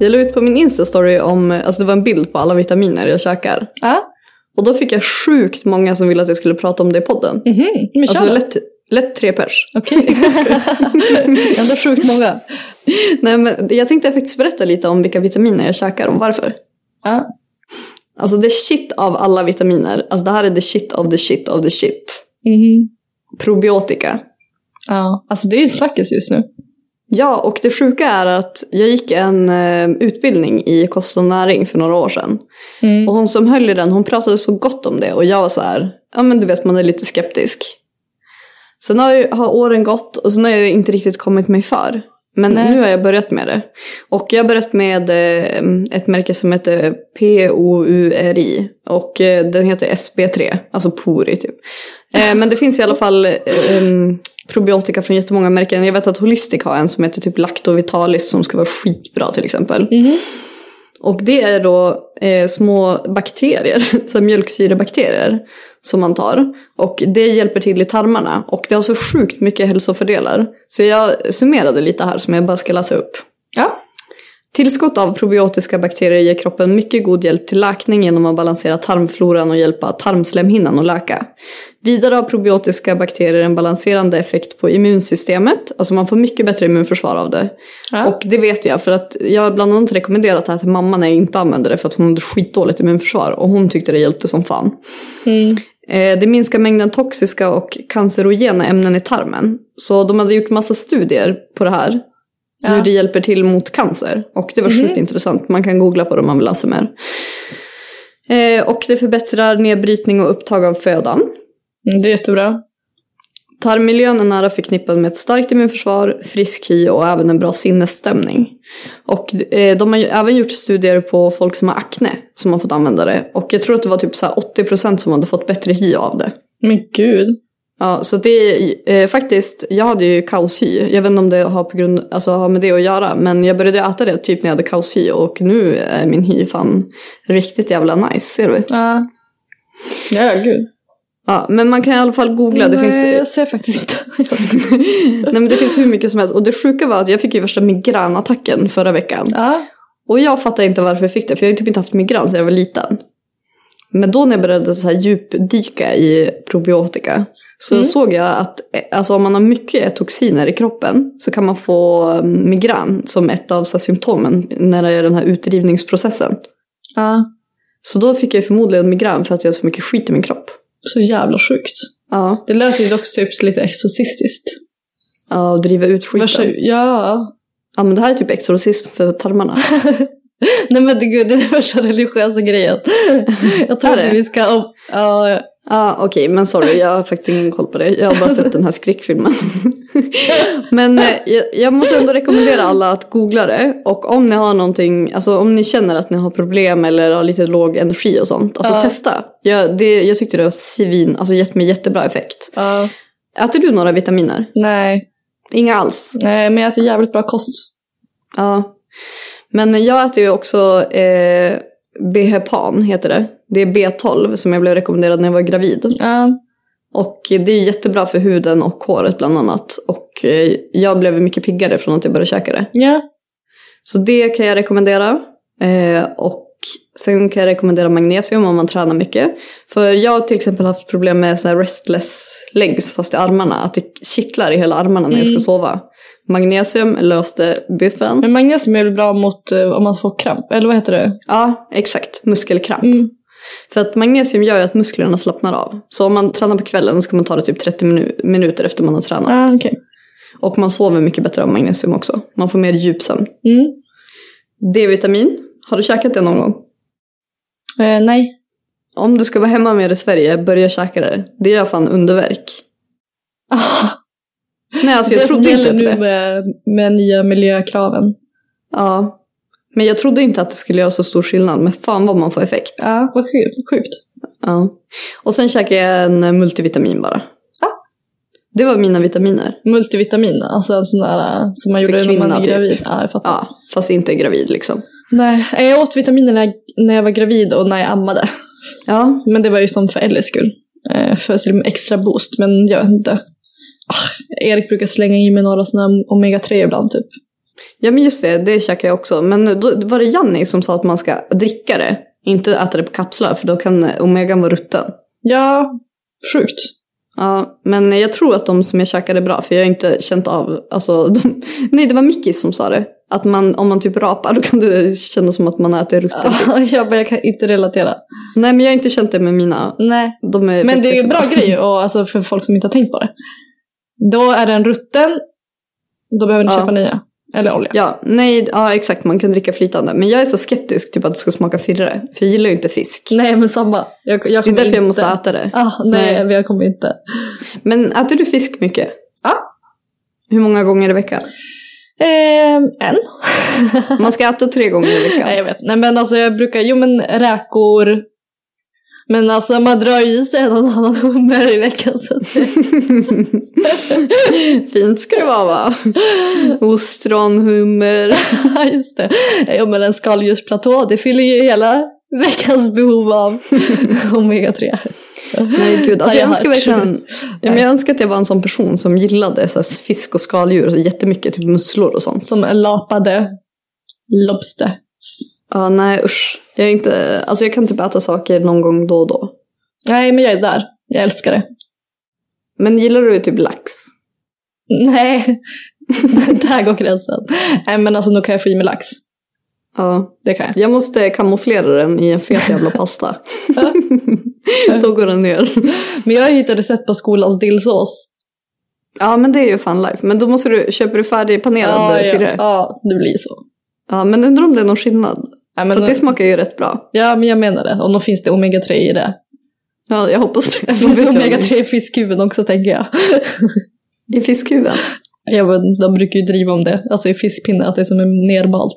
Speaker 1: Jag la ut på min Insta-story om, alltså det var en bild på alla vitaminer jag käkar.
Speaker 2: Ja.
Speaker 1: Och då fick jag sjukt många som ville att jag skulle prata om det i podden.
Speaker 2: Mhm. Men kör
Speaker 1: Alltså
Speaker 2: då.
Speaker 1: lätt, lätt tre pers.
Speaker 2: Okej. Ändå sjukt många.
Speaker 1: Nej men jag tänkte faktiskt berätta lite om vilka vitaminer jag käkar och varför.
Speaker 2: Ja.
Speaker 1: Alltså det är shit av alla vitaminer. Alltså det här är the shit of the shit of the shit.
Speaker 2: Mhm.
Speaker 1: Probiotika.
Speaker 2: ja. Alltså det är ju snackis just nu.
Speaker 1: Ja, och det sjuka är att jag gick en eh, utbildning i kost och näring för några år sedan.
Speaker 2: Mm.
Speaker 1: Och hon som höll i den, hon pratade så gott om det och jag var så här, ja men du vet man är lite skeptisk. Sen har, ju- har åren gått och sen har jag inte riktigt kommit mig för. Men
Speaker 2: Nej.
Speaker 1: nu har jag börjat med det. Och jag har börjat med eh, ett märke som heter POURI. Och eh, den heter SB3, alltså PORI typ. Eh, men det finns i alla fall eh, em, probiotika från jättemånga märken. Jag vet att Holistic har en som heter typ Lactovitalis som ska vara skitbra till exempel. Och det är då eh, små bakterier, så här mjölksyrebakterier som man tar. Och det hjälper till i tarmarna och det har så sjukt mycket hälsofördelar. Så jag summerade lite här som jag bara ska läsa upp.
Speaker 2: Ja.
Speaker 1: Tillskott av probiotiska bakterier ger kroppen mycket god hjälp till läkning genom att balansera tarmfloran och hjälpa tarmslemhinnan att läka. Vidare har probiotiska bakterier en balanserande effekt på immunsystemet, alltså man får mycket bättre immunförsvar av det.
Speaker 2: Ja.
Speaker 1: Och det vet jag för att jag har bland annat rekommenderat det här till mamma när jag inte använde det för att hon hade skitdåligt immunförsvar och hon tyckte det hjälpte som fan.
Speaker 2: Mm.
Speaker 1: Eh, Det minskar mängden toxiska och cancerogena ämnen i tarmen. Så de hade gjort massa studier på det här.
Speaker 2: Ja. Mhm.
Speaker 1: hur det hjälper till mot cancer. Och det var sjukt intressant. Man kan googla på det om man vill läsa mer. Eh, och det förbättrar nedbrytning och upptag av födan.
Speaker 2: Mm, Det är jättebra.
Speaker 1: Tarmmiljön är nära förknippad med ett starkt immunförsvar, frisk hy och även en bra sinnesstämning. Och eh, de har ju även gjort studier på folk som har akne som har fått använda det. Och jag tror att det var typ så här 80% som hade fått bättre hy av det.
Speaker 2: Men gud.
Speaker 1: Ja, så det är eh, faktiskt, jag hade ju kaoshy. Jag vet inte om det har, på grund, alltså, har med det att göra, men jag började äta det typ när jag hade kaoshy och nu är min hy fan riktigt jävla nice, ser du?
Speaker 2: Ja. Ja, ja, gud.
Speaker 1: Ja, men man kan i alla fall googla, det
Speaker 2: Nej,
Speaker 1: finns...
Speaker 2: jag ser faktiskt inte.
Speaker 1: Nej men det finns hur mycket som helst. Och det sjuka var att jag fick ju värsta migränattacken förra veckan.
Speaker 2: ja.
Speaker 1: Och jag fattar inte varför jag fick det, för jag har ju typ inte haft migrän sedan jag var liten. Men då när jag började så här djupdyka i probiotika så
Speaker 2: Mm.
Speaker 1: såg jag att eh, alltså, om man har mycket toxiner i kroppen så kan man få eh, migrän som ett av så här, symptomen när det är den här utrivningsprocessen.
Speaker 2: ja.
Speaker 1: Så då fick jag förmodligen migrän för att jag har så mycket skit i min kropp.
Speaker 2: Så jävla sjukt.
Speaker 1: Ja,
Speaker 2: Det lät ju dock typ lite exorcistiskt.
Speaker 1: ja och driva ut skiten.
Speaker 2: Värsta, ja.
Speaker 1: Ja men det här är typ exorcism för tarmarna.
Speaker 2: Nej men det, gud, det är den värsta religiösa grejen. Jag tror
Speaker 1: Är det?
Speaker 2: att vi ska... Om, ja,
Speaker 1: Ja, okej, men sorry, jag har faktiskt ingen koll på det. Jag har bara sett den här skräckfilmen. men eh, jag, jag måste ändå rekommendera alla att googla det. Och om ni har någonting, alltså om ni känner att ni har problem eller har lite låg energi och sånt, alltså
Speaker 2: Ja.
Speaker 1: testa. Jag, det, jag tyckte det var svin, alltså gett mig jättebra effekt.
Speaker 2: ja.
Speaker 1: Äter du några vitaminer?
Speaker 2: nej,
Speaker 1: Inga alls?
Speaker 2: nej, men jag äter jävligt bra kost.
Speaker 1: Ja. Men jag äter ju också eh, BHPAN, heter det. Det är B12 som jag blev rekommenderad när jag var gravid.
Speaker 2: Ja,
Speaker 1: Och det är jättebra för huden och håret bland annat. Och eh, jag blev mycket piggare från att jag började käka det.
Speaker 2: ja.
Speaker 1: Så det kan jag rekommendera. Eh, och sen kan jag rekommendera magnesium om man tränar mycket. För jag har till exempel haft problem med såna här restless legs fast i armarna. Att det kittlar i hela armarna när jag ska sova. Magnesium löste
Speaker 2: Men
Speaker 1: biffen.
Speaker 2: magnesium är väl bra mot eh, om man får kramp, eller vad heter det?
Speaker 1: Ja, exakt. Muskelkramp.
Speaker 2: Mm.
Speaker 1: För att magnesium gör ju att musklerna slappnar av. Så om man tränar på kvällen så ska man ta det typ 30 minu- minuter efter man har tränat.
Speaker 2: Ja, okej.
Speaker 1: Och man sover mycket bättre av magnesium också. Man får mer djupsömn.
Speaker 2: Mm.
Speaker 1: D-vitamin. Har du käkat det någon gång?
Speaker 2: Eh, nej.
Speaker 1: Om du ska vara hemma med det i Sverige, börja käka det. Det gör fan underverk. Nej, alltså jag
Speaker 2: Ah. det som
Speaker 1: trodde inte
Speaker 2: gäller
Speaker 1: på
Speaker 2: nu
Speaker 1: det.
Speaker 2: med, med nya miljökraven.
Speaker 1: Ja. Men jag trodde inte att det skulle göra så stor skillnad. Men fan vad man får effekt.
Speaker 2: Ja, vad sjukt. vad sjukt.
Speaker 1: Ja. Och sen käkar jag en eh, multivitamin bara.
Speaker 2: Ja.
Speaker 1: Det var mina vitaminer.
Speaker 2: Multivitamin, alltså en sån där eh, som man
Speaker 1: För
Speaker 2: gjorde när man
Speaker 1: kvinna,
Speaker 2: är
Speaker 1: typ.
Speaker 2: gravid. Ja, jag fattar.
Speaker 1: Ja, fast inte gravid liksom.
Speaker 2: Nej, eh, jag åt vitaminer när jag, när jag var gravid och när jag ammade.
Speaker 1: Ja,
Speaker 2: Men det var ju som för Ellies skull. Eh, För att ge extra boost, men jag vet inte. Ah, Erik brukar slänga i mig några såna omega-3 ibland typ.
Speaker 1: Ja men just det, det käkar jag också. Men då var det Janni som sa att man ska dricka det. Inte äta det på kapslar för då kan omegan vara rutten.
Speaker 2: Ja, sjukt.
Speaker 1: Ja, men jag tror att de som jag käkade är bra för jag har inte känt av, alltså de, nej det var Mickis som sa det. Att man, om man typ rapar då kan det kännas som att man äter rutten. fisk.
Speaker 2: jag, bara, jag kan inte relatera.
Speaker 1: Nej men jag har inte känt det med mina.
Speaker 2: Nej.
Speaker 1: De är
Speaker 2: Men det är ju en bra
Speaker 1: jättebra.
Speaker 2: grej och, alltså, för folk som inte har tänkt på det. Då är den rutten, då behöver ni
Speaker 1: Ja.
Speaker 2: köpa nya. Eller olja.
Speaker 1: Ja, nej, ja exakt man kan dricka flytande. Men jag är så skeptisk typ att det ska smaka firre. För jag gillar ju inte fisk.
Speaker 2: Nej men samma. Jag, jag
Speaker 1: Det är
Speaker 2: kommer
Speaker 1: därför jag
Speaker 2: inte-
Speaker 1: måste äta det.
Speaker 2: Ah, nej,
Speaker 1: Nej.
Speaker 2: men jag kommer inte.
Speaker 1: Men äter du fisk mycket?
Speaker 2: Ja.
Speaker 1: Hur många gånger i veckan?
Speaker 2: Ehm, en.
Speaker 1: Man ska äta tre gånger i
Speaker 2: Nej
Speaker 1: veckan.
Speaker 2: jag vet. Nej men alltså jag brukar, jo men räkor. Men alltså man drar ju i sig en och annan hummer i veckan så att säga.
Speaker 1: Fint ska det vara va? Ostron, hummer.
Speaker 2: Ja, just det. Ja men en skaldjursplatå, det fyller ju hela veckans behov av omega-3.
Speaker 1: Nej gud, alltså
Speaker 2: Har jag
Speaker 1: jag önskar
Speaker 2: hört.
Speaker 1: verkligen... Ja, men jag önskar att jag var en sån person som gillade så här, fisk och skaldjur så jättemycket, typ musslor och sånt.
Speaker 2: Som en lapade lobster.
Speaker 1: Ja, nej usch. Jag, är inte... alltså, jag kan typ äta saker någon gång då och då.
Speaker 2: Nej men jag är där, jag älskar det.
Speaker 1: Men gillar du typ lax?
Speaker 2: Nej, där går gränsen. Nej men alltså nu kan jag få i mig lax.
Speaker 1: Ja.
Speaker 2: Det kan jag.
Speaker 1: Jag måste kamouflera den i en fet jävla pasta. då går den ner.
Speaker 2: Men jag hittade recept på skolans dillsås.
Speaker 1: Ja men det är ju fan life. Men då måste du, köper du färdigpanerad
Speaker 2: Ja,
Speaker 1: ja,
Speaker 2: ja,
Speaker 1: filé? Ja.
Speaker 2: ja, det blir så.
Speaker 1: men undrar om det är någon skillnad.
Speaker 2: Ja
Speaker 1: För
Speaker 2: men,
Speaker 1: att det smakar ju rätt bra.
Speaker 2: ja, men jag menar det. Och då finns det omega-3 i det.
Speaker 1: Ja jag hoppas det.
Speaker 2: Det
Speaker 1: Man vet
Speaker 2: finns
Speaker 1: ju aldrig.
Speaker 2: omega-3 i fiskhuven också, tänker jag.
Speaker 1: I fiskhuven?
Speaker 2: Ja, men de brukar ju driva om det, alltså i fiskpinne, att det är som är nerbalt.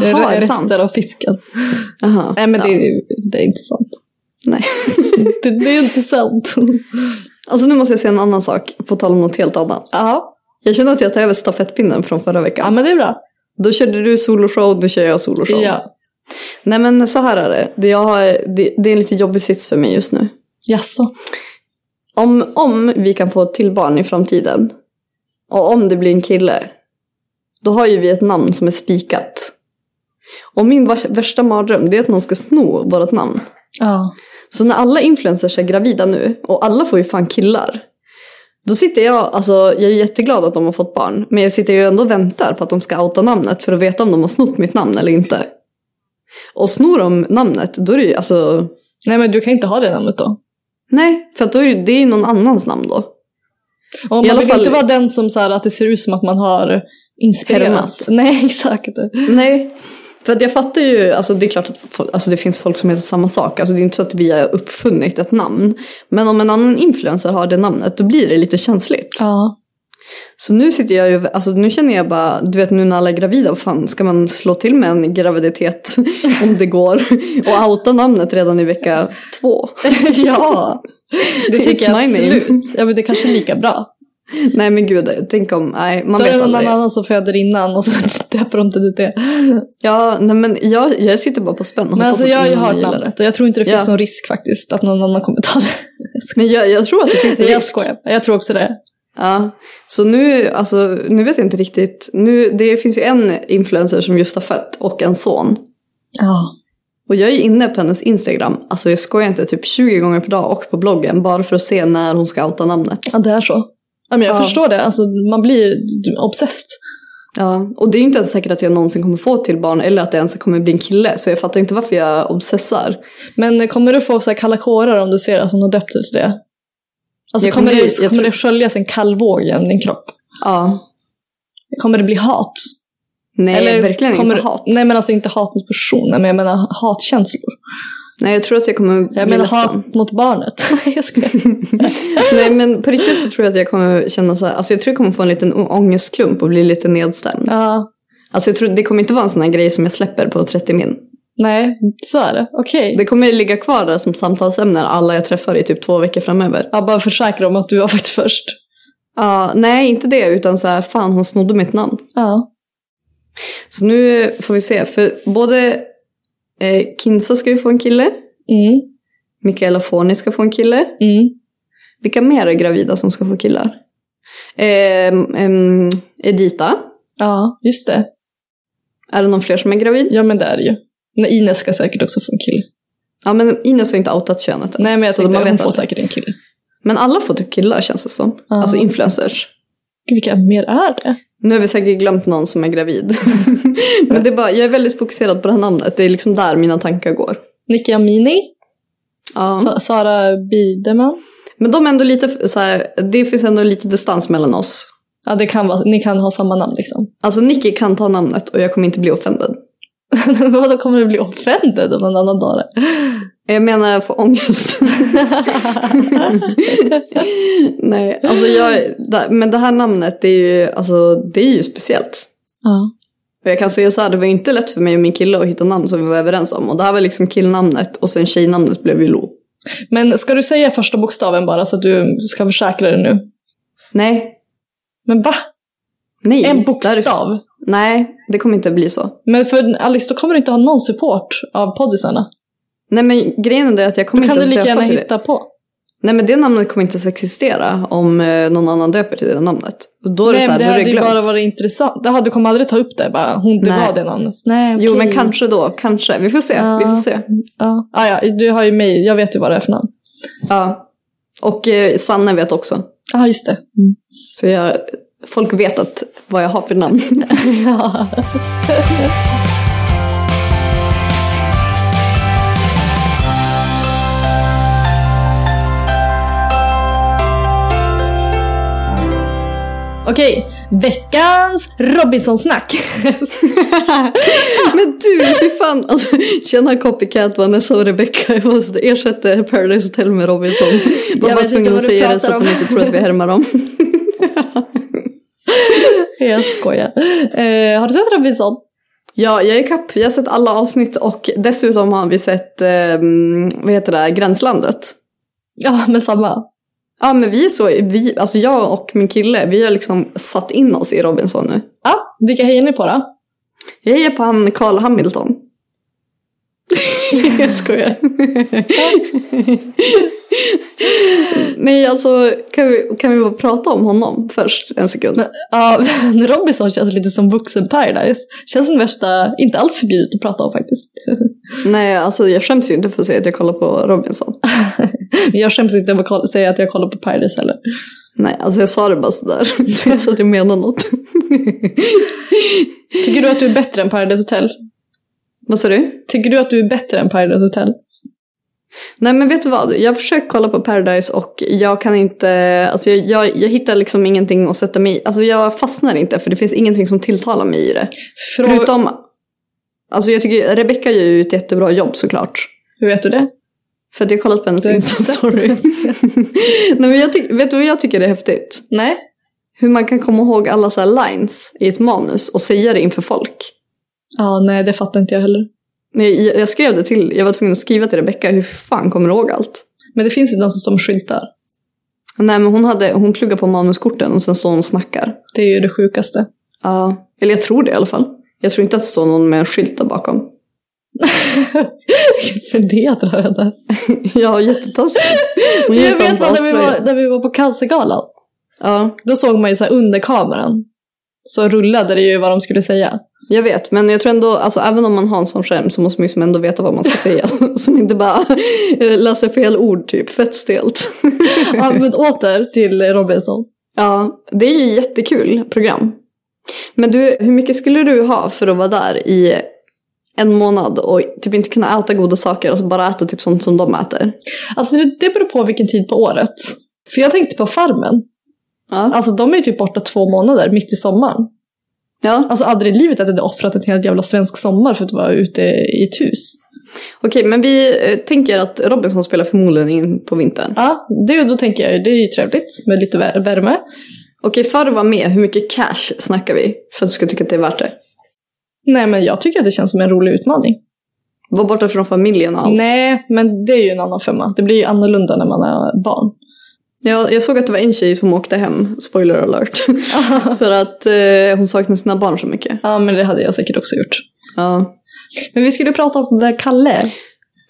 Speaker 2: Det är
Speaker 1: Jaha, är det
Speaker 2: rester
Speaker 1: sant?
Speaker 2: av fisken.
Speaker 1: Jaha.
Speaker 2: Nej, men
Speaker 1: ja.
Speaker 2: det, det är inte sant.
Speaker 1: Nej.
Speaker 2: Det, det är inte sant.
Speaker 1: Alltså nu måste jag säga en annan sak, på tal om något helt annat.
Speaker 2: Ja,
Speaker 1: Jag känner att jag tar över stafettpinnen från förra
Speaker 2: ja
Speaker 1: veckan.
Speaker 2: men det är bra.
Speaker 1: Då körde du soloshow, nu kör jag soloshow.
Speaker 2: Ja.
Speaker 1: Nej men så här är det. Det, jag, har- det, det är en lite jobbig sits för mig just nu.
Speaker 2: Jaså?
Speaker 1: Om, om vi kan få ett till barn i framtiden och om det blir en kille, då har ju vi ett namn som är spikat. Och min vär- värsta mardröm det är att någon ska sno vårt namn.
Speaker 2: Ja.
Speaker 1: Så när alla influencers är gravida nu, och alla får ju fan killar. Då sitter jag, alltså jag är jätteglad att de har fått barn. Men jag sitter ju ändå och väntar på att de ska outa namnet för att veta om de har snott mitt namn eller inte. Och snor de namnet, då är det ju alltså...
Speaker 2: Nej, men du kan inte ha det namnet då.
Speaker 1: Nej, för att då är det, det är ju någon annans namn då.
Speaker 2: Och man
Speaker 1: I alla
Speaker 2: vill
Speaker 1: fall-
Speaker 2: inte vara den som så här, att det ser ut som att man har inspirerats.
Speaker 1: Härmat.
Speaker 2: Nej, exakt.
Speaker 1: Nej. För att jag fattar ju, alltså det är klart att folk, alltså det finns folk som heter samma sak. Alltså det är inte så att vi har uppfunnit ett namn. Men om en annan influencer har det namnet, då blir det lite känsligt.
Speaker 2: Ja.
Speaker 1: Så nu sitter jag ju, alltså nu känner jag bara, du vet nu när alla är gravida, vad fan ska man slå till med en graviditet om det går? Och outa namnet redan i vecka två.
Speaker 2: ja. Det
Speaker 1: It's
Speaker 2: tycker jag
Speaker 1: my name.
Speaker 2: absolut. Ja, men det kanske är lika bra.
Speaker 1: Nej men gud, tänk om, nej man
Speaker 2: Då är
Speaker 1: vet
Speaker 2: det någon
Speaker 1: aldrig.
Speaker 2: annan som föder innan och så döper de till det.
Speaker 1: Ja, nej men jag, jag sitter bara på spänn och
Speaker 2: Men
Speaker 1: hoppas
Speaker 2: alltså
Speaker 1: att
Speaker 2: jag har ju
Speaker 1: ingen
Speaker 2: hört
Speaker 1: gillar det.
Speaker 2: namnet och jag tror inte det finns
Speaker 1: Ja.
Speaker 2: någon risk faktiskt att någon annan kommer ta det.
Speaker 1: Men jag, jag tror att det finns en
Speaker 2: Jag
Speaker 1: risk.
Speaker 2: skojar. Jag tror också det.
Speaker 1: Ja, så nu, alltså, nu vet jag inte riktigt. Nu, det finns ju en influencer som just har fött och en son.
Speaker 2: Ja.
Speaker 1: Och jag är ju inne på hennes Instagram, alltså jag skojar inte, typ 20 gånger per dag och på bloggen bara för att se när hon ska outa namnet.
Speaker 2: Ja, det är så. Ja, men jag
Speaker 1: Ja.
Speaker 2: förstår det. Alltså, man blir obsessed.
Speaker 1: Ja, och det är ju inte ens säkert att jag någonsin kommer få till barn eller att det ens kommer bli en kille. Så jag fattar inte varför jag obsessar.
Speaker 2: Men kommer du få så här kalla kårar om du ser att hon har döpt dig till det? Alltså,
Speaker 1: Jag
Speaker 2: kommer,
Speaker 1: kommer-
Speaker 2: det,
Speaker 1: jag
Speaker 2: kommer det sköljas en kall våg genom din kropp?
Speaker 1: Ja,
Speaker 2: Kommer det bli hat?
Speaker 1: nej verkligen inte hat. Nej.
Speaker 2: Nej, men alltså inte hat mot personen, men jag menar hatkänslor.
Speaker 1: jag tror att jag kommer bli
Speaker 2: Jag menar
Speaker 1: ledsen.
Speaker 2: hat mot barnet. Nej, jag skojar.
Speaker 1: Nej men på riktigt så tror jag att jag kommer känna så här, alltså jag tror jag kommer få en liten å- ångestklump och bli lite nedstämd.
Speaker 2: ja,
Speaker 1: Alltså jag tror det kommer inte vara en sån här grej som jag släpper på 30 min.
Speaker 2: nej, så är det. Okej.
Speaker 1: Det kommer ju ligga kvar där som samtalsämne alla jag träffar i typ två veckor framöver.
Speaker 2: Jag bara försäkrar om att du har varit först.
Speaker 1: Ja, nej inte det utan så här, fan hon snodde mitt namn.
Speaker 2: Ja.
Speaker 1: Så nu får vi se, för både eh, Kinsa ska ju få en kille,
Speaker 2: Mm,
Speaker 1: Mikaela Forni ska få en kille.
Speaker 2: mm.
Speaker 1: Vilka mer är gravida som ska få killar? Ehm, ehm, Edita,
Speaker 2: Ja, just det.
Speaker 1: är det någon fler som är gravid?
Speaker 2: Ja, men det är det ju. Nej, Ines ska säkert också få en kille.
Speaker 1: Ja men Ines har inte outat könet än.
Speaker 2: Nej, men jag
Speaker 1: Så
Speaker 2: tänkte
Speaker 1: man
Speaker 2: att hon
Speaker 1: vet
Speaker 2: får
Speaker 1: aldrig.
Speaker 2: säkert en kille.
Speaker 1: Men alla får typ killar känns det som.
Speaker 2: Ja.
Speaker 1: Alltså influencers.
Speaker 2: Gud, vilka mer är det?
Speaker 1: Nu har vi säkert glömt någon som är gravid. Men det är bara, jag är väldigt fokuserad på det här namnet. Det är liksom där mina tankar går.
Speaker 2: Nicky Amini,
Speaker 1: Ja.
Speaker 2: Sa- Sara Biderman.
Speaker 1: Men de är ändå lite f- så här, det finns ändå lite distans mellan oss.
Speaker 2: Ja, det kan vara, ni kan ha samma namn liksom.
Speaker 1: Alltså Nicky kan ta namnet och jag kommer inte bli offended.
Speaker 2: Vadå, kommer du bli offended om någon annan tar det?
Speaker 1: Jag menar jag får ångest. Nej, alltså jag, da- men det här namnet det är ju, alltså, det är ju speciellt.
Speaker 2: Ja.
Speaker 1: Och jag kan säga så här, det var ju inte lätt för mig och min kille att hitta namn som vi var överens om. Och det här var liksom killnamnet och sen tjejnamnet blev ju Lo.
Speaker 2: Men ska du säga första bokstaven bara så att du ska försäkra dig nu?
Speaker 1: Nej,
Speaker 2: Men va?
Speaker 1: nej.
Speaker 2: En
Speaker 1: det här är så-
Speaker 2: bokstav?
Speaker 1: Nej, det kommer inte bli så.
Speaker 2: Men för Alice, då kommer du inte ha någon support av poddisarna.
Speaker 1: Nej men grejen är att jag kommer
Speaker 2: Då kan
Speaker 1: inte ens
Speaker 2: du lika gärna
Speaker 1: döpa till
Speaker 2: hitta
Speaker 1: det.
Speaker 2: på.
Speaker 1: Nej men det namnet kommer inte ens existera om eh, någon annan döper till det namnet. Och då är det
Speaker 2: Nej,
Speaker 1: så
Speaker 2: men
Speaker 1: här, då är det
Speaker 2: det hade ju
Speaker 1: glömt.
Speaker 2: bara varit intressant. Jaha, du kommer aldrig ta upp det bara. Hon, det
Speaker 1: Nej.
Speaker 2: var det namnet. Nej,
Speaker 1: Jo
Speaker 2: okej.
Speaker 1: men kanske då, kanske. Vi får se,
Speaker 2: Ja.
Speaker 1: vi får se.
Speaker 2: Ja. Ah, ja, du har ju mig. Jag vet ju vad det är för namn.
Speaker 1: Ja. Och eh, Sanne vet också.
Speaker 2: Ja, ah, just det.
Speaker 1: Så jag, folk vet att, vad jag har för namn.
Speaker 2: Ja. Okej, veckans Robinsonsnack.
Speaker 1: Men du, fy fan. Alltså, tjena copycat Vanessa och Rebecca. Jag måste ersätta Paradise Hotel med Robinson. Man
Speaker 2: Jag
Speaker 1: var
Speaker 2: vet
Speaker 1: tvungen
Speaker 2: inte
Speaker 1: att
Speaker 2: vad du
Speaker 1: säga det
Speaker 2: pratar
Speaker 1: så att de
Speaker 2: om.
Speaker 1: inte tror att vi härmar dem.
Speaker 2: jag skojar. Eh, har du sett Robinson?
Speaker 1: Ja, jag är kapp. Jag har sett alla avsnitt och dessutom har vi sett, ehm, vad heter det, här, Gränslandet.
Speaker 2: Ja, men samma.
Speaker 1: Ja, men vi är så, vi, alltså jag och min kille, vi har liksom satt in oss i Robinson nu.
Speaker 2: Ja, vilka hejar ni på då?
Speaker 1: Jag är på han Carl Hamilton. jag skojar. Nej, alltså kan vi, kan vi bara prata om honom först en sekund?
Speaker 2: Ja, men Robinson känns lite som vuxen Paradise. Känns den värsta, inte alls förbjudet att prata om faktiskt.
Speaker 1: Nej, alltså jag skäms ju inte för att säga att jag kollar på Robinson.
Speaker 2: Men jag skäms inte över att kolla- säga att jag kollar på Paradise heller.
Speaker 1: Nej, alltså jag sa det bara sådär. Du vet så att jag menar något.
Speaker 2: Tycker du att du är bättre än Paradise Hotel?
Speaker 1: Vad sa du?
Speaker 2: Tycker du att du är bättre än Paradise Hotel?
Speaker 1: Nej men vet du vad, jag försöker kolla på Paradise och jag kan inte, alltså jag, jag, jag hittar liksom ingenting att sätta mig i. Alltså jag fastnar inte för det finns ingenting som tilltalar mig i det.
Speaker 2: Frå-
Speaker 1: Förutom, alltså jag tycker Rebecca gör ju ett jättebra jobb såklart.
Speaker 2: Hur vet du det?
Speaker 1: För att jag har kollat på hennes
Speaker 2: Du har inte sett
Speaker 1: Insta-story. Nej men jag tyck, vet du vad jag tycker är häftigt?
Speaker 2: Nej.
Speaker 1: Hur man kan komma ihåg alla så här lines i ett manus och säga det inför folk.
Speaker 2: Ja, nej det fattar inte jag heller.
Speaker 1: Men jag, jag skrev det till, jag var tvungen att skriva till Rebecca, hur fan kommer du ihåg allt?
Speaker 2: Men det finns ju de som står med skyltar.
Speaker 1: Nej men hon, hade, hon pluggar på manuskorten och sen står hon och snackar.
Speaker 2: Det är ju det sjukaste.
Speaker 1: Ja, eller jag tror det i alla fall. Jag tror inte att det står någon med en skylt där bakom.
Speaker 2: Förnedrade.
Speaker 1: ja, jättetaskigt. Hon gick
Speaker 2: Jag
Speaker 1: fram
Speaker 2: vet
Speaker 1: på
Speaker 2: vad, när vi, var,
Speaker 1: avsprayen.
Speaker 2: när vi var på Cancergalan.
Speaker 1: Ja,
Speaker 2: Då såg man ju så här under kameran. Så rullade det ju vad de skulle säga.
Speaker 1: jag vet. Men jag tror ändå, alltså även om man har en sån skärm så måste man ju som ändå veta vad man ska säga. som inte bara eh, läser fel ord typ, fett stelt.
Speaker 2: Ja, men åter till Robinson.
Speaker 1: ja, det är ju jättekul program. Men du, hur mycket skulle du ha för att vara där i en månad och typ inte kunna äta goda saker och så bara äta typ sånt som de äter?
Speaker 2: Alltså det, det beror på vilken tid på året. För jag tänkte på Farmen.
Speaker 1: Ja.
Speaker 2: Alltså de är ju typ borta två månader mitt i sommaren.
Speaker 1: ja.
Speaker 2: Alltså aldrig i livet att jag hade offrat en hel jävla svensk sommar för att vara ute i ett hus.
Speaker 1: Okej, men vi eh, tänker att Robinson spelar förmodligen in på vintern.
Speaker 2: Ja, det, då tänker jag ju, det är ju trevligt med lite vär- värme.
Speaker 1: Okej, för att vara med, hur mycket cash snackar vi för att du ska tycka att det är värt det?
Speaker 2: Nej men jag tycker att det känns som en rolig utmaning.
Speaker 1: Var borta från familjen och allt.
Speaker 2: Nej, men det är ju en annan femma. Det blir ju annorlunda när man är barn.
Speaker 1: Jag, jag såg att det var en tjej som åkte hem, spoiler alert, för att eh, hon saknar sina barn så mycket.
Speaker 2: Ja, men det hade jag säkert också gjort.
Speaker 1: Ja.
Speaker 2: Men vi skulle prata om det där Kalle.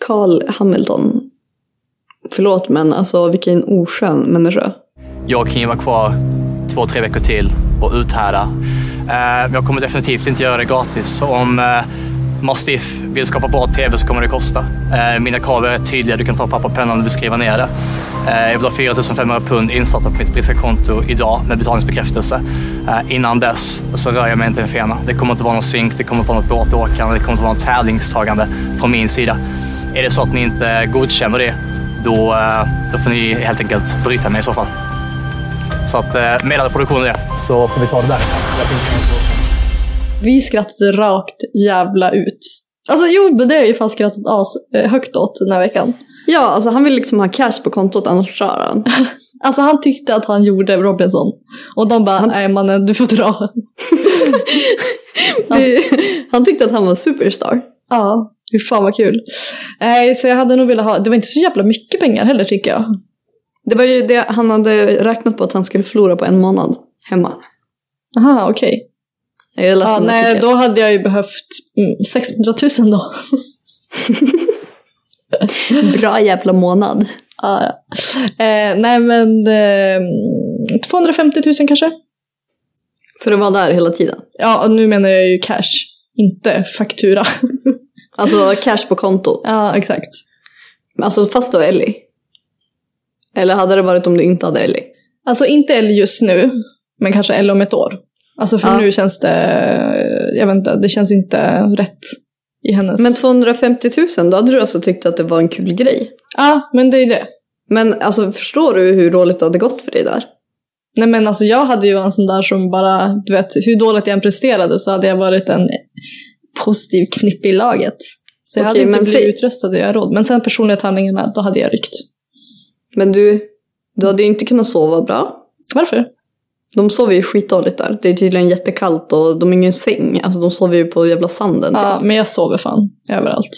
Speaker 1: Carl Hamilton. Förlåt, men alltså vilken oskön människa.
Speaker 4: Jag kan ju vara kvar två, tre veckor till och uthärda. Eh, Men jag kommer definitivt inte göra det gratis. Så Om eh, Mastiff vill skapa bra TV så kommer det kosta. Eh, Mina krav är rätt tydliga. Du kan ta papper och penna om du vill skriva ner det. Eh, Jag vill ha 4 500 pund insatta på mitt brittiska konto idag med betalningsbekräftelse. Eh, Innan dess så rör jag mig inte en fena. Det kommer inte vara någon synk, det kommer inte vara något båtåkande, det kommer inte vara något tävlingstagande från min sida. Är det så att ni inte godkänner det, då, eh, då får ni helt enkelt bryta mig i så fall. Så att eh, meddela produktionen det. Så får vi ta det där.
Speaker 2: Vi skrattade rakt jävla ut. Alltså jo, men det har jag ju fan skrattat as eh, högt åt den här veckan.
Speaker 1: Ja, alltså han vill liksom ha cash på kontot, annars rör han.
Speaker 2: Alltså han tyckte att han gjorde Robinson. Och de bara, nej mannen du får dra.
Speaker 1: Det, han tyckte att han var superstar.
Speaker 2: ja, fy fan vad kul. Nej, så jag hade nog velat ha, det var inte så jävla mycket pengar heller tycker jag.
Speaker 1: Det var ju det han hade räknat på att han skulle förlora på en månad hemma.
Speaker 2: Aha, okej.
Speaker 1: Jag är
Speaker 2: Ja,
Speaker 1: ledsen att
Speaker 2: nej,
Speaker 1: tycka.
Speaker 2: då hade jag ju behövt mm, 600 000 då.
Speaker 1: Bra jävla månad.
Speaker 2: Ja, ja. Eh, nej, men eh, 250 000 kanske?
Speaker 1: För att vara där hela tiden.
Speaker 2: Ja, och nu menar jag ju cash, inte faktura.
Speaker 1: Alltså cash på kontot.
Speaker 2: ja, exakt.
Speaker 1: Alltså fast du har Ellie. Eller hade det varit om du inte hade Ellie?
Speaker 2: Alltså inte L just nu, men kanske L om ett år. Alltså för
Speaker 1: Ja.
Speaker 2: nu känns det, jag vet inte, det känns inte rätt i hennes...
Speaker 1: Men 250 000, då hade du alltså tyckt att det var en kul grej.
Speaker 2: ja, men det är det.
Speaker 1: Men alltså förstår du hur dåligt det hade gått för dig där?
Speaker 2: Nej men alltså jag hade ju en sån där som bara, du vet hur dåligt jag än presterade så hade jag varit en positiv knippe i laget. Så jag
Speaker 1: Okej,
Speaker 2: hade inte
Speaker 1: men
Speaker 2: blivit
Speaker 1: säg-
Speaker 2: utröstad och jag råd. Men sen personlighetshandlingarna, då hade jag ryckt.
Speaker 1: Men du, du hade ju inte kunnat sova bra.
Speaker 2: Varför?
Speaker 1: De sover ju skitdåligt där. Det är tydligen jättekallt och de har ingen säng. Alltså de sover ju på jävla sanden. typ.
Speaker 2: Ja, men jag sover fan överallt.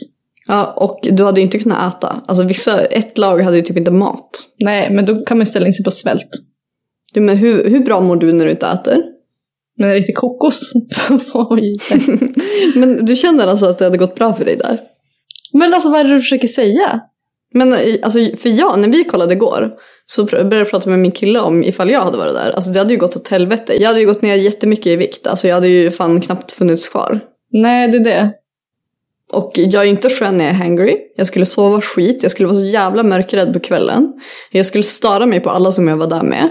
Speaker 1: Ja, och du hade ju inte kunnat äta. Alltså vissa, ett lag hade ju typ inte mat.
Speaker 2: Nej, men då kan man ju ställa in sig på svält.
Speaker 1: Du, men hur, hur bra mår du när du inte äter?
Speaker 2: Men en riktig kokos får man ju inte.
Speaker 1: Men du känner alltså att det hade gått bra för dig där?
Speaker 2: Men alltså vad är det du försöker säga?
Speaker 1: Men eh, alltså, för jag, när vi kollade igår så pr- började jag prata med min kille om ifall jag hade varit där. Alltså det hade ju gått åt helvete. Jag hade ju gått ner jättemycket i vikt. Alltså jag hade ju fan knappt funnits kvar.
Speaker 2: Nej, det är det.
Speaker 1: Och jag är inte skön när jag är hangry. Jag skulle sova skit. Jag skulle vara så jävla mörkrädd på kvällen. Jag skulle störa mig på alla som jag var där med.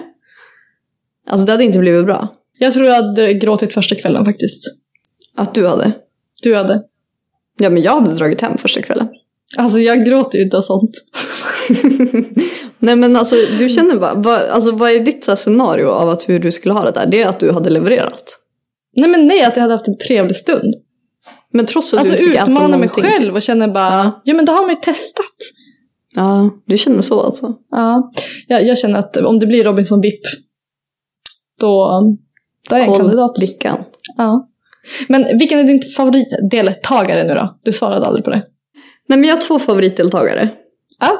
Speaker 1: Alltså det hade inte blivit bra.
Speaker 2: Jag tror jag hade gråtit första kvällen faktiskt.
Speaker 1: Att du hade.
Speaker 2: Du hade.
Speaker 1: Ja men jag hade dragit hem första kvällen.
Speaker 2: Alltså jag gråter ju inte av sånt.
Speaker 1: Nej men alltså du känner bara, vad, alltså, vad är ditt så här, scenario av att hur du skulle ha det där? Det är att du hade levererat.
Speaker 2: Nej men nej, att jag hade haft en trevlig stund.
Speaker 1: Men trots att
Speaker 2: alltså
Speaker 1: du inte fick äta
Speaker 2: utmana mig
Speaker 1: någonting.
Speaker 2: själv och känner bara, ja.
Speaker 1: Ja.
Speaker 2: men då har man ju testat.
Speaker 1: Ja, du känner så alltså.
Speaker 2: Ja, jag, jag känner att om det blir Robinson VIP, då, då är jag en
Speaker 1: Koll
Speaker 2: kandidat.
Speaker 1: Vickan.
Speaker 2: Ja. Men vilken är din favoritdeltagare nu då? Du svarade aldrig på det.
Speaker 1: Nej men jag har två favoritdeltagare.
Speaker 2: Ja,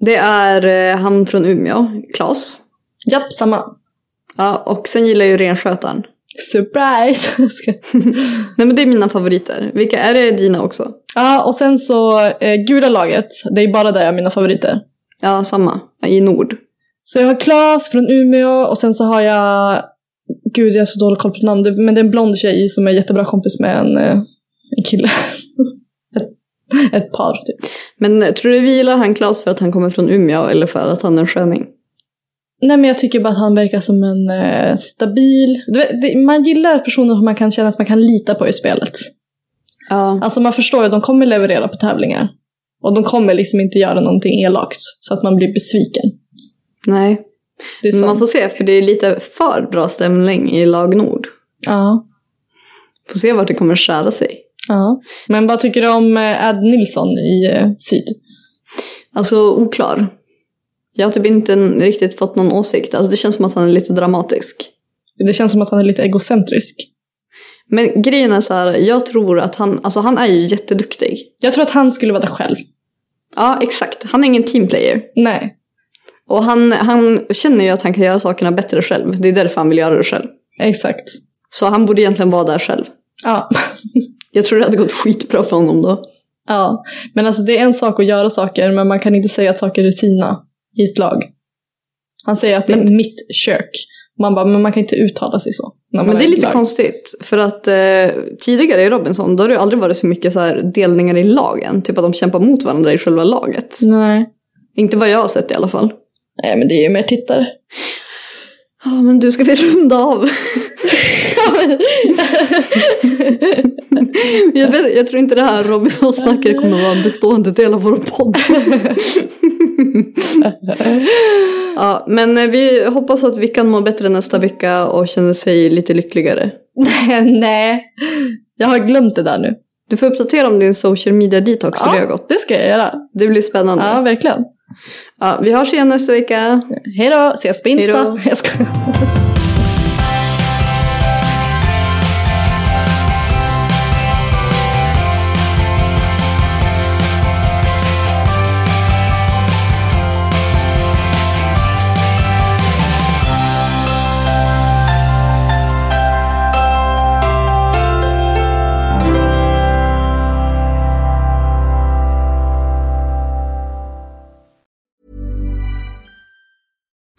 Speaker 1: Det är eh, han från Umeå, Klas.
Speaker 2: japp, samma.
Speaker 1: Ja, och sen gillar jag ju renskötaren.
Speaker 2: Surprise! Jag skojar.
Speaker 1: Nej men det är mina favoriter. Vilka är det dina också?
Speaker 2: ja, och sen så eh, gula laget, det är bara där jag har mina favoriter.
Speaker 1: Ja, samma. I Nord.
Speaker 2: Så jag har Klas från Umeå och sen så har jag... Gud, jag har så dålig koll på namn. Det- Men det är en blond tjej som är jättebra kompis med en, eh, en kille. ett, ett par, typ.
Speaker 1: Men eh, tror du vi gillar han Klas för att han kommer från Umeå eller för att han är en sköning?
Speaker 2: Nej, men jag tycker bara att han verkar som en eh, stabil... Du vet, det, man gillar personer som man kan känna att man kan lita på i spelet.
Speaker 1: Ja.
Speaker 2: Alltså man förstår ju att de kommer leverera på tävlingar. Och de kommer liksom inte göra någonting elakt så att man blir besviken.
Speaker 1: Nej.
Speaker 2: Det är så.
Speaker 1: Man får se, för det är lite för bra stämning i lag Nord.
Speaker 2: Ja.
Speaker 1: Får se vart det kommer skära sig.
Speaker 2: ja. Men vad tycker du om eh, Ad Nilsson i eh, Syd?
Speaker 1: Alltså oklar. Jag har typ inte en- riktigt fått någon åsikt. Alltså det känns som att han är lite dramatisk.
Speaker 2: Det känns som att han är lite egocentrisk.
Speaker 1: Men grejen är så här, jag tror att han, alltså han är ju jätteduktig.
Speaker 2: Jag tror att han skulle vara där själv.
Speaker 1: Ja, exakt. Han är ingen teamplayer.
Speaker 2: Nej.
Speaker 1: Och han, han känner ju att han kan göra sakerna bättre själv. Det är därför han vill göra det själv.
Speaker 2: Exakt.
Speaker 1: Så han borde egentligen vara där själv.
Speaker 2: Ja.
Speaker 1: Jag tror det hade gått skitbra för honom då.
Speaker 2: ja. Men alltså det är en sak att göra saker, men man kan inte säga att saker är sina i ett lag. Han säger att det är
Speaker 1: Men-
Speaker 2: mitt kök. Man bara, men man kan inte uttala sig så. när man
Speaker 1: Men det är
Speaker 2: i ett
Speaker 1: lite
Speaker 2: lag.
Speaker 1: konstigt. För att eh, tidigare i Robinson, då har det ju aldrig varit så mycket så här delningar i lagen. Typ att de kämpar mot varandra i själva laget.
Speaker 2: Nej.
Speaker 1: Inte vad jag har sett i alla fall.
Speaker 2: Nej, men det är ju mer tittare.
Speaker 1: Ja, men du ska vi runda av? jag, vet, jag tror inte det här Robinson-snacket kommer att vara en bestående del av vår podd. ja, men eh, vi hoppas att Vickan mår bättre nästa vecka och känner sig lite lyckligare.
Speaker 2: Nej, nej. Jag har glömt det där nu.
Speaker 1: Du får uppdatera om din social media detox hur det har gått.
Speaker 2: det ska jag göra.
Speaker 1: Det blir spännande.
Speaker 2: Ja,
Speaker 1: Ja.
Speaker 2: verkligen.
Speaker 1: vi hörs igen nästa vecka.
Speaker 2: Hej då, ses på
Speaker 1: Hej
Speaker 2: Insta.
Speaker 1: då.
Speaker 2: Jag skojar.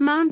Speaker 5: Mom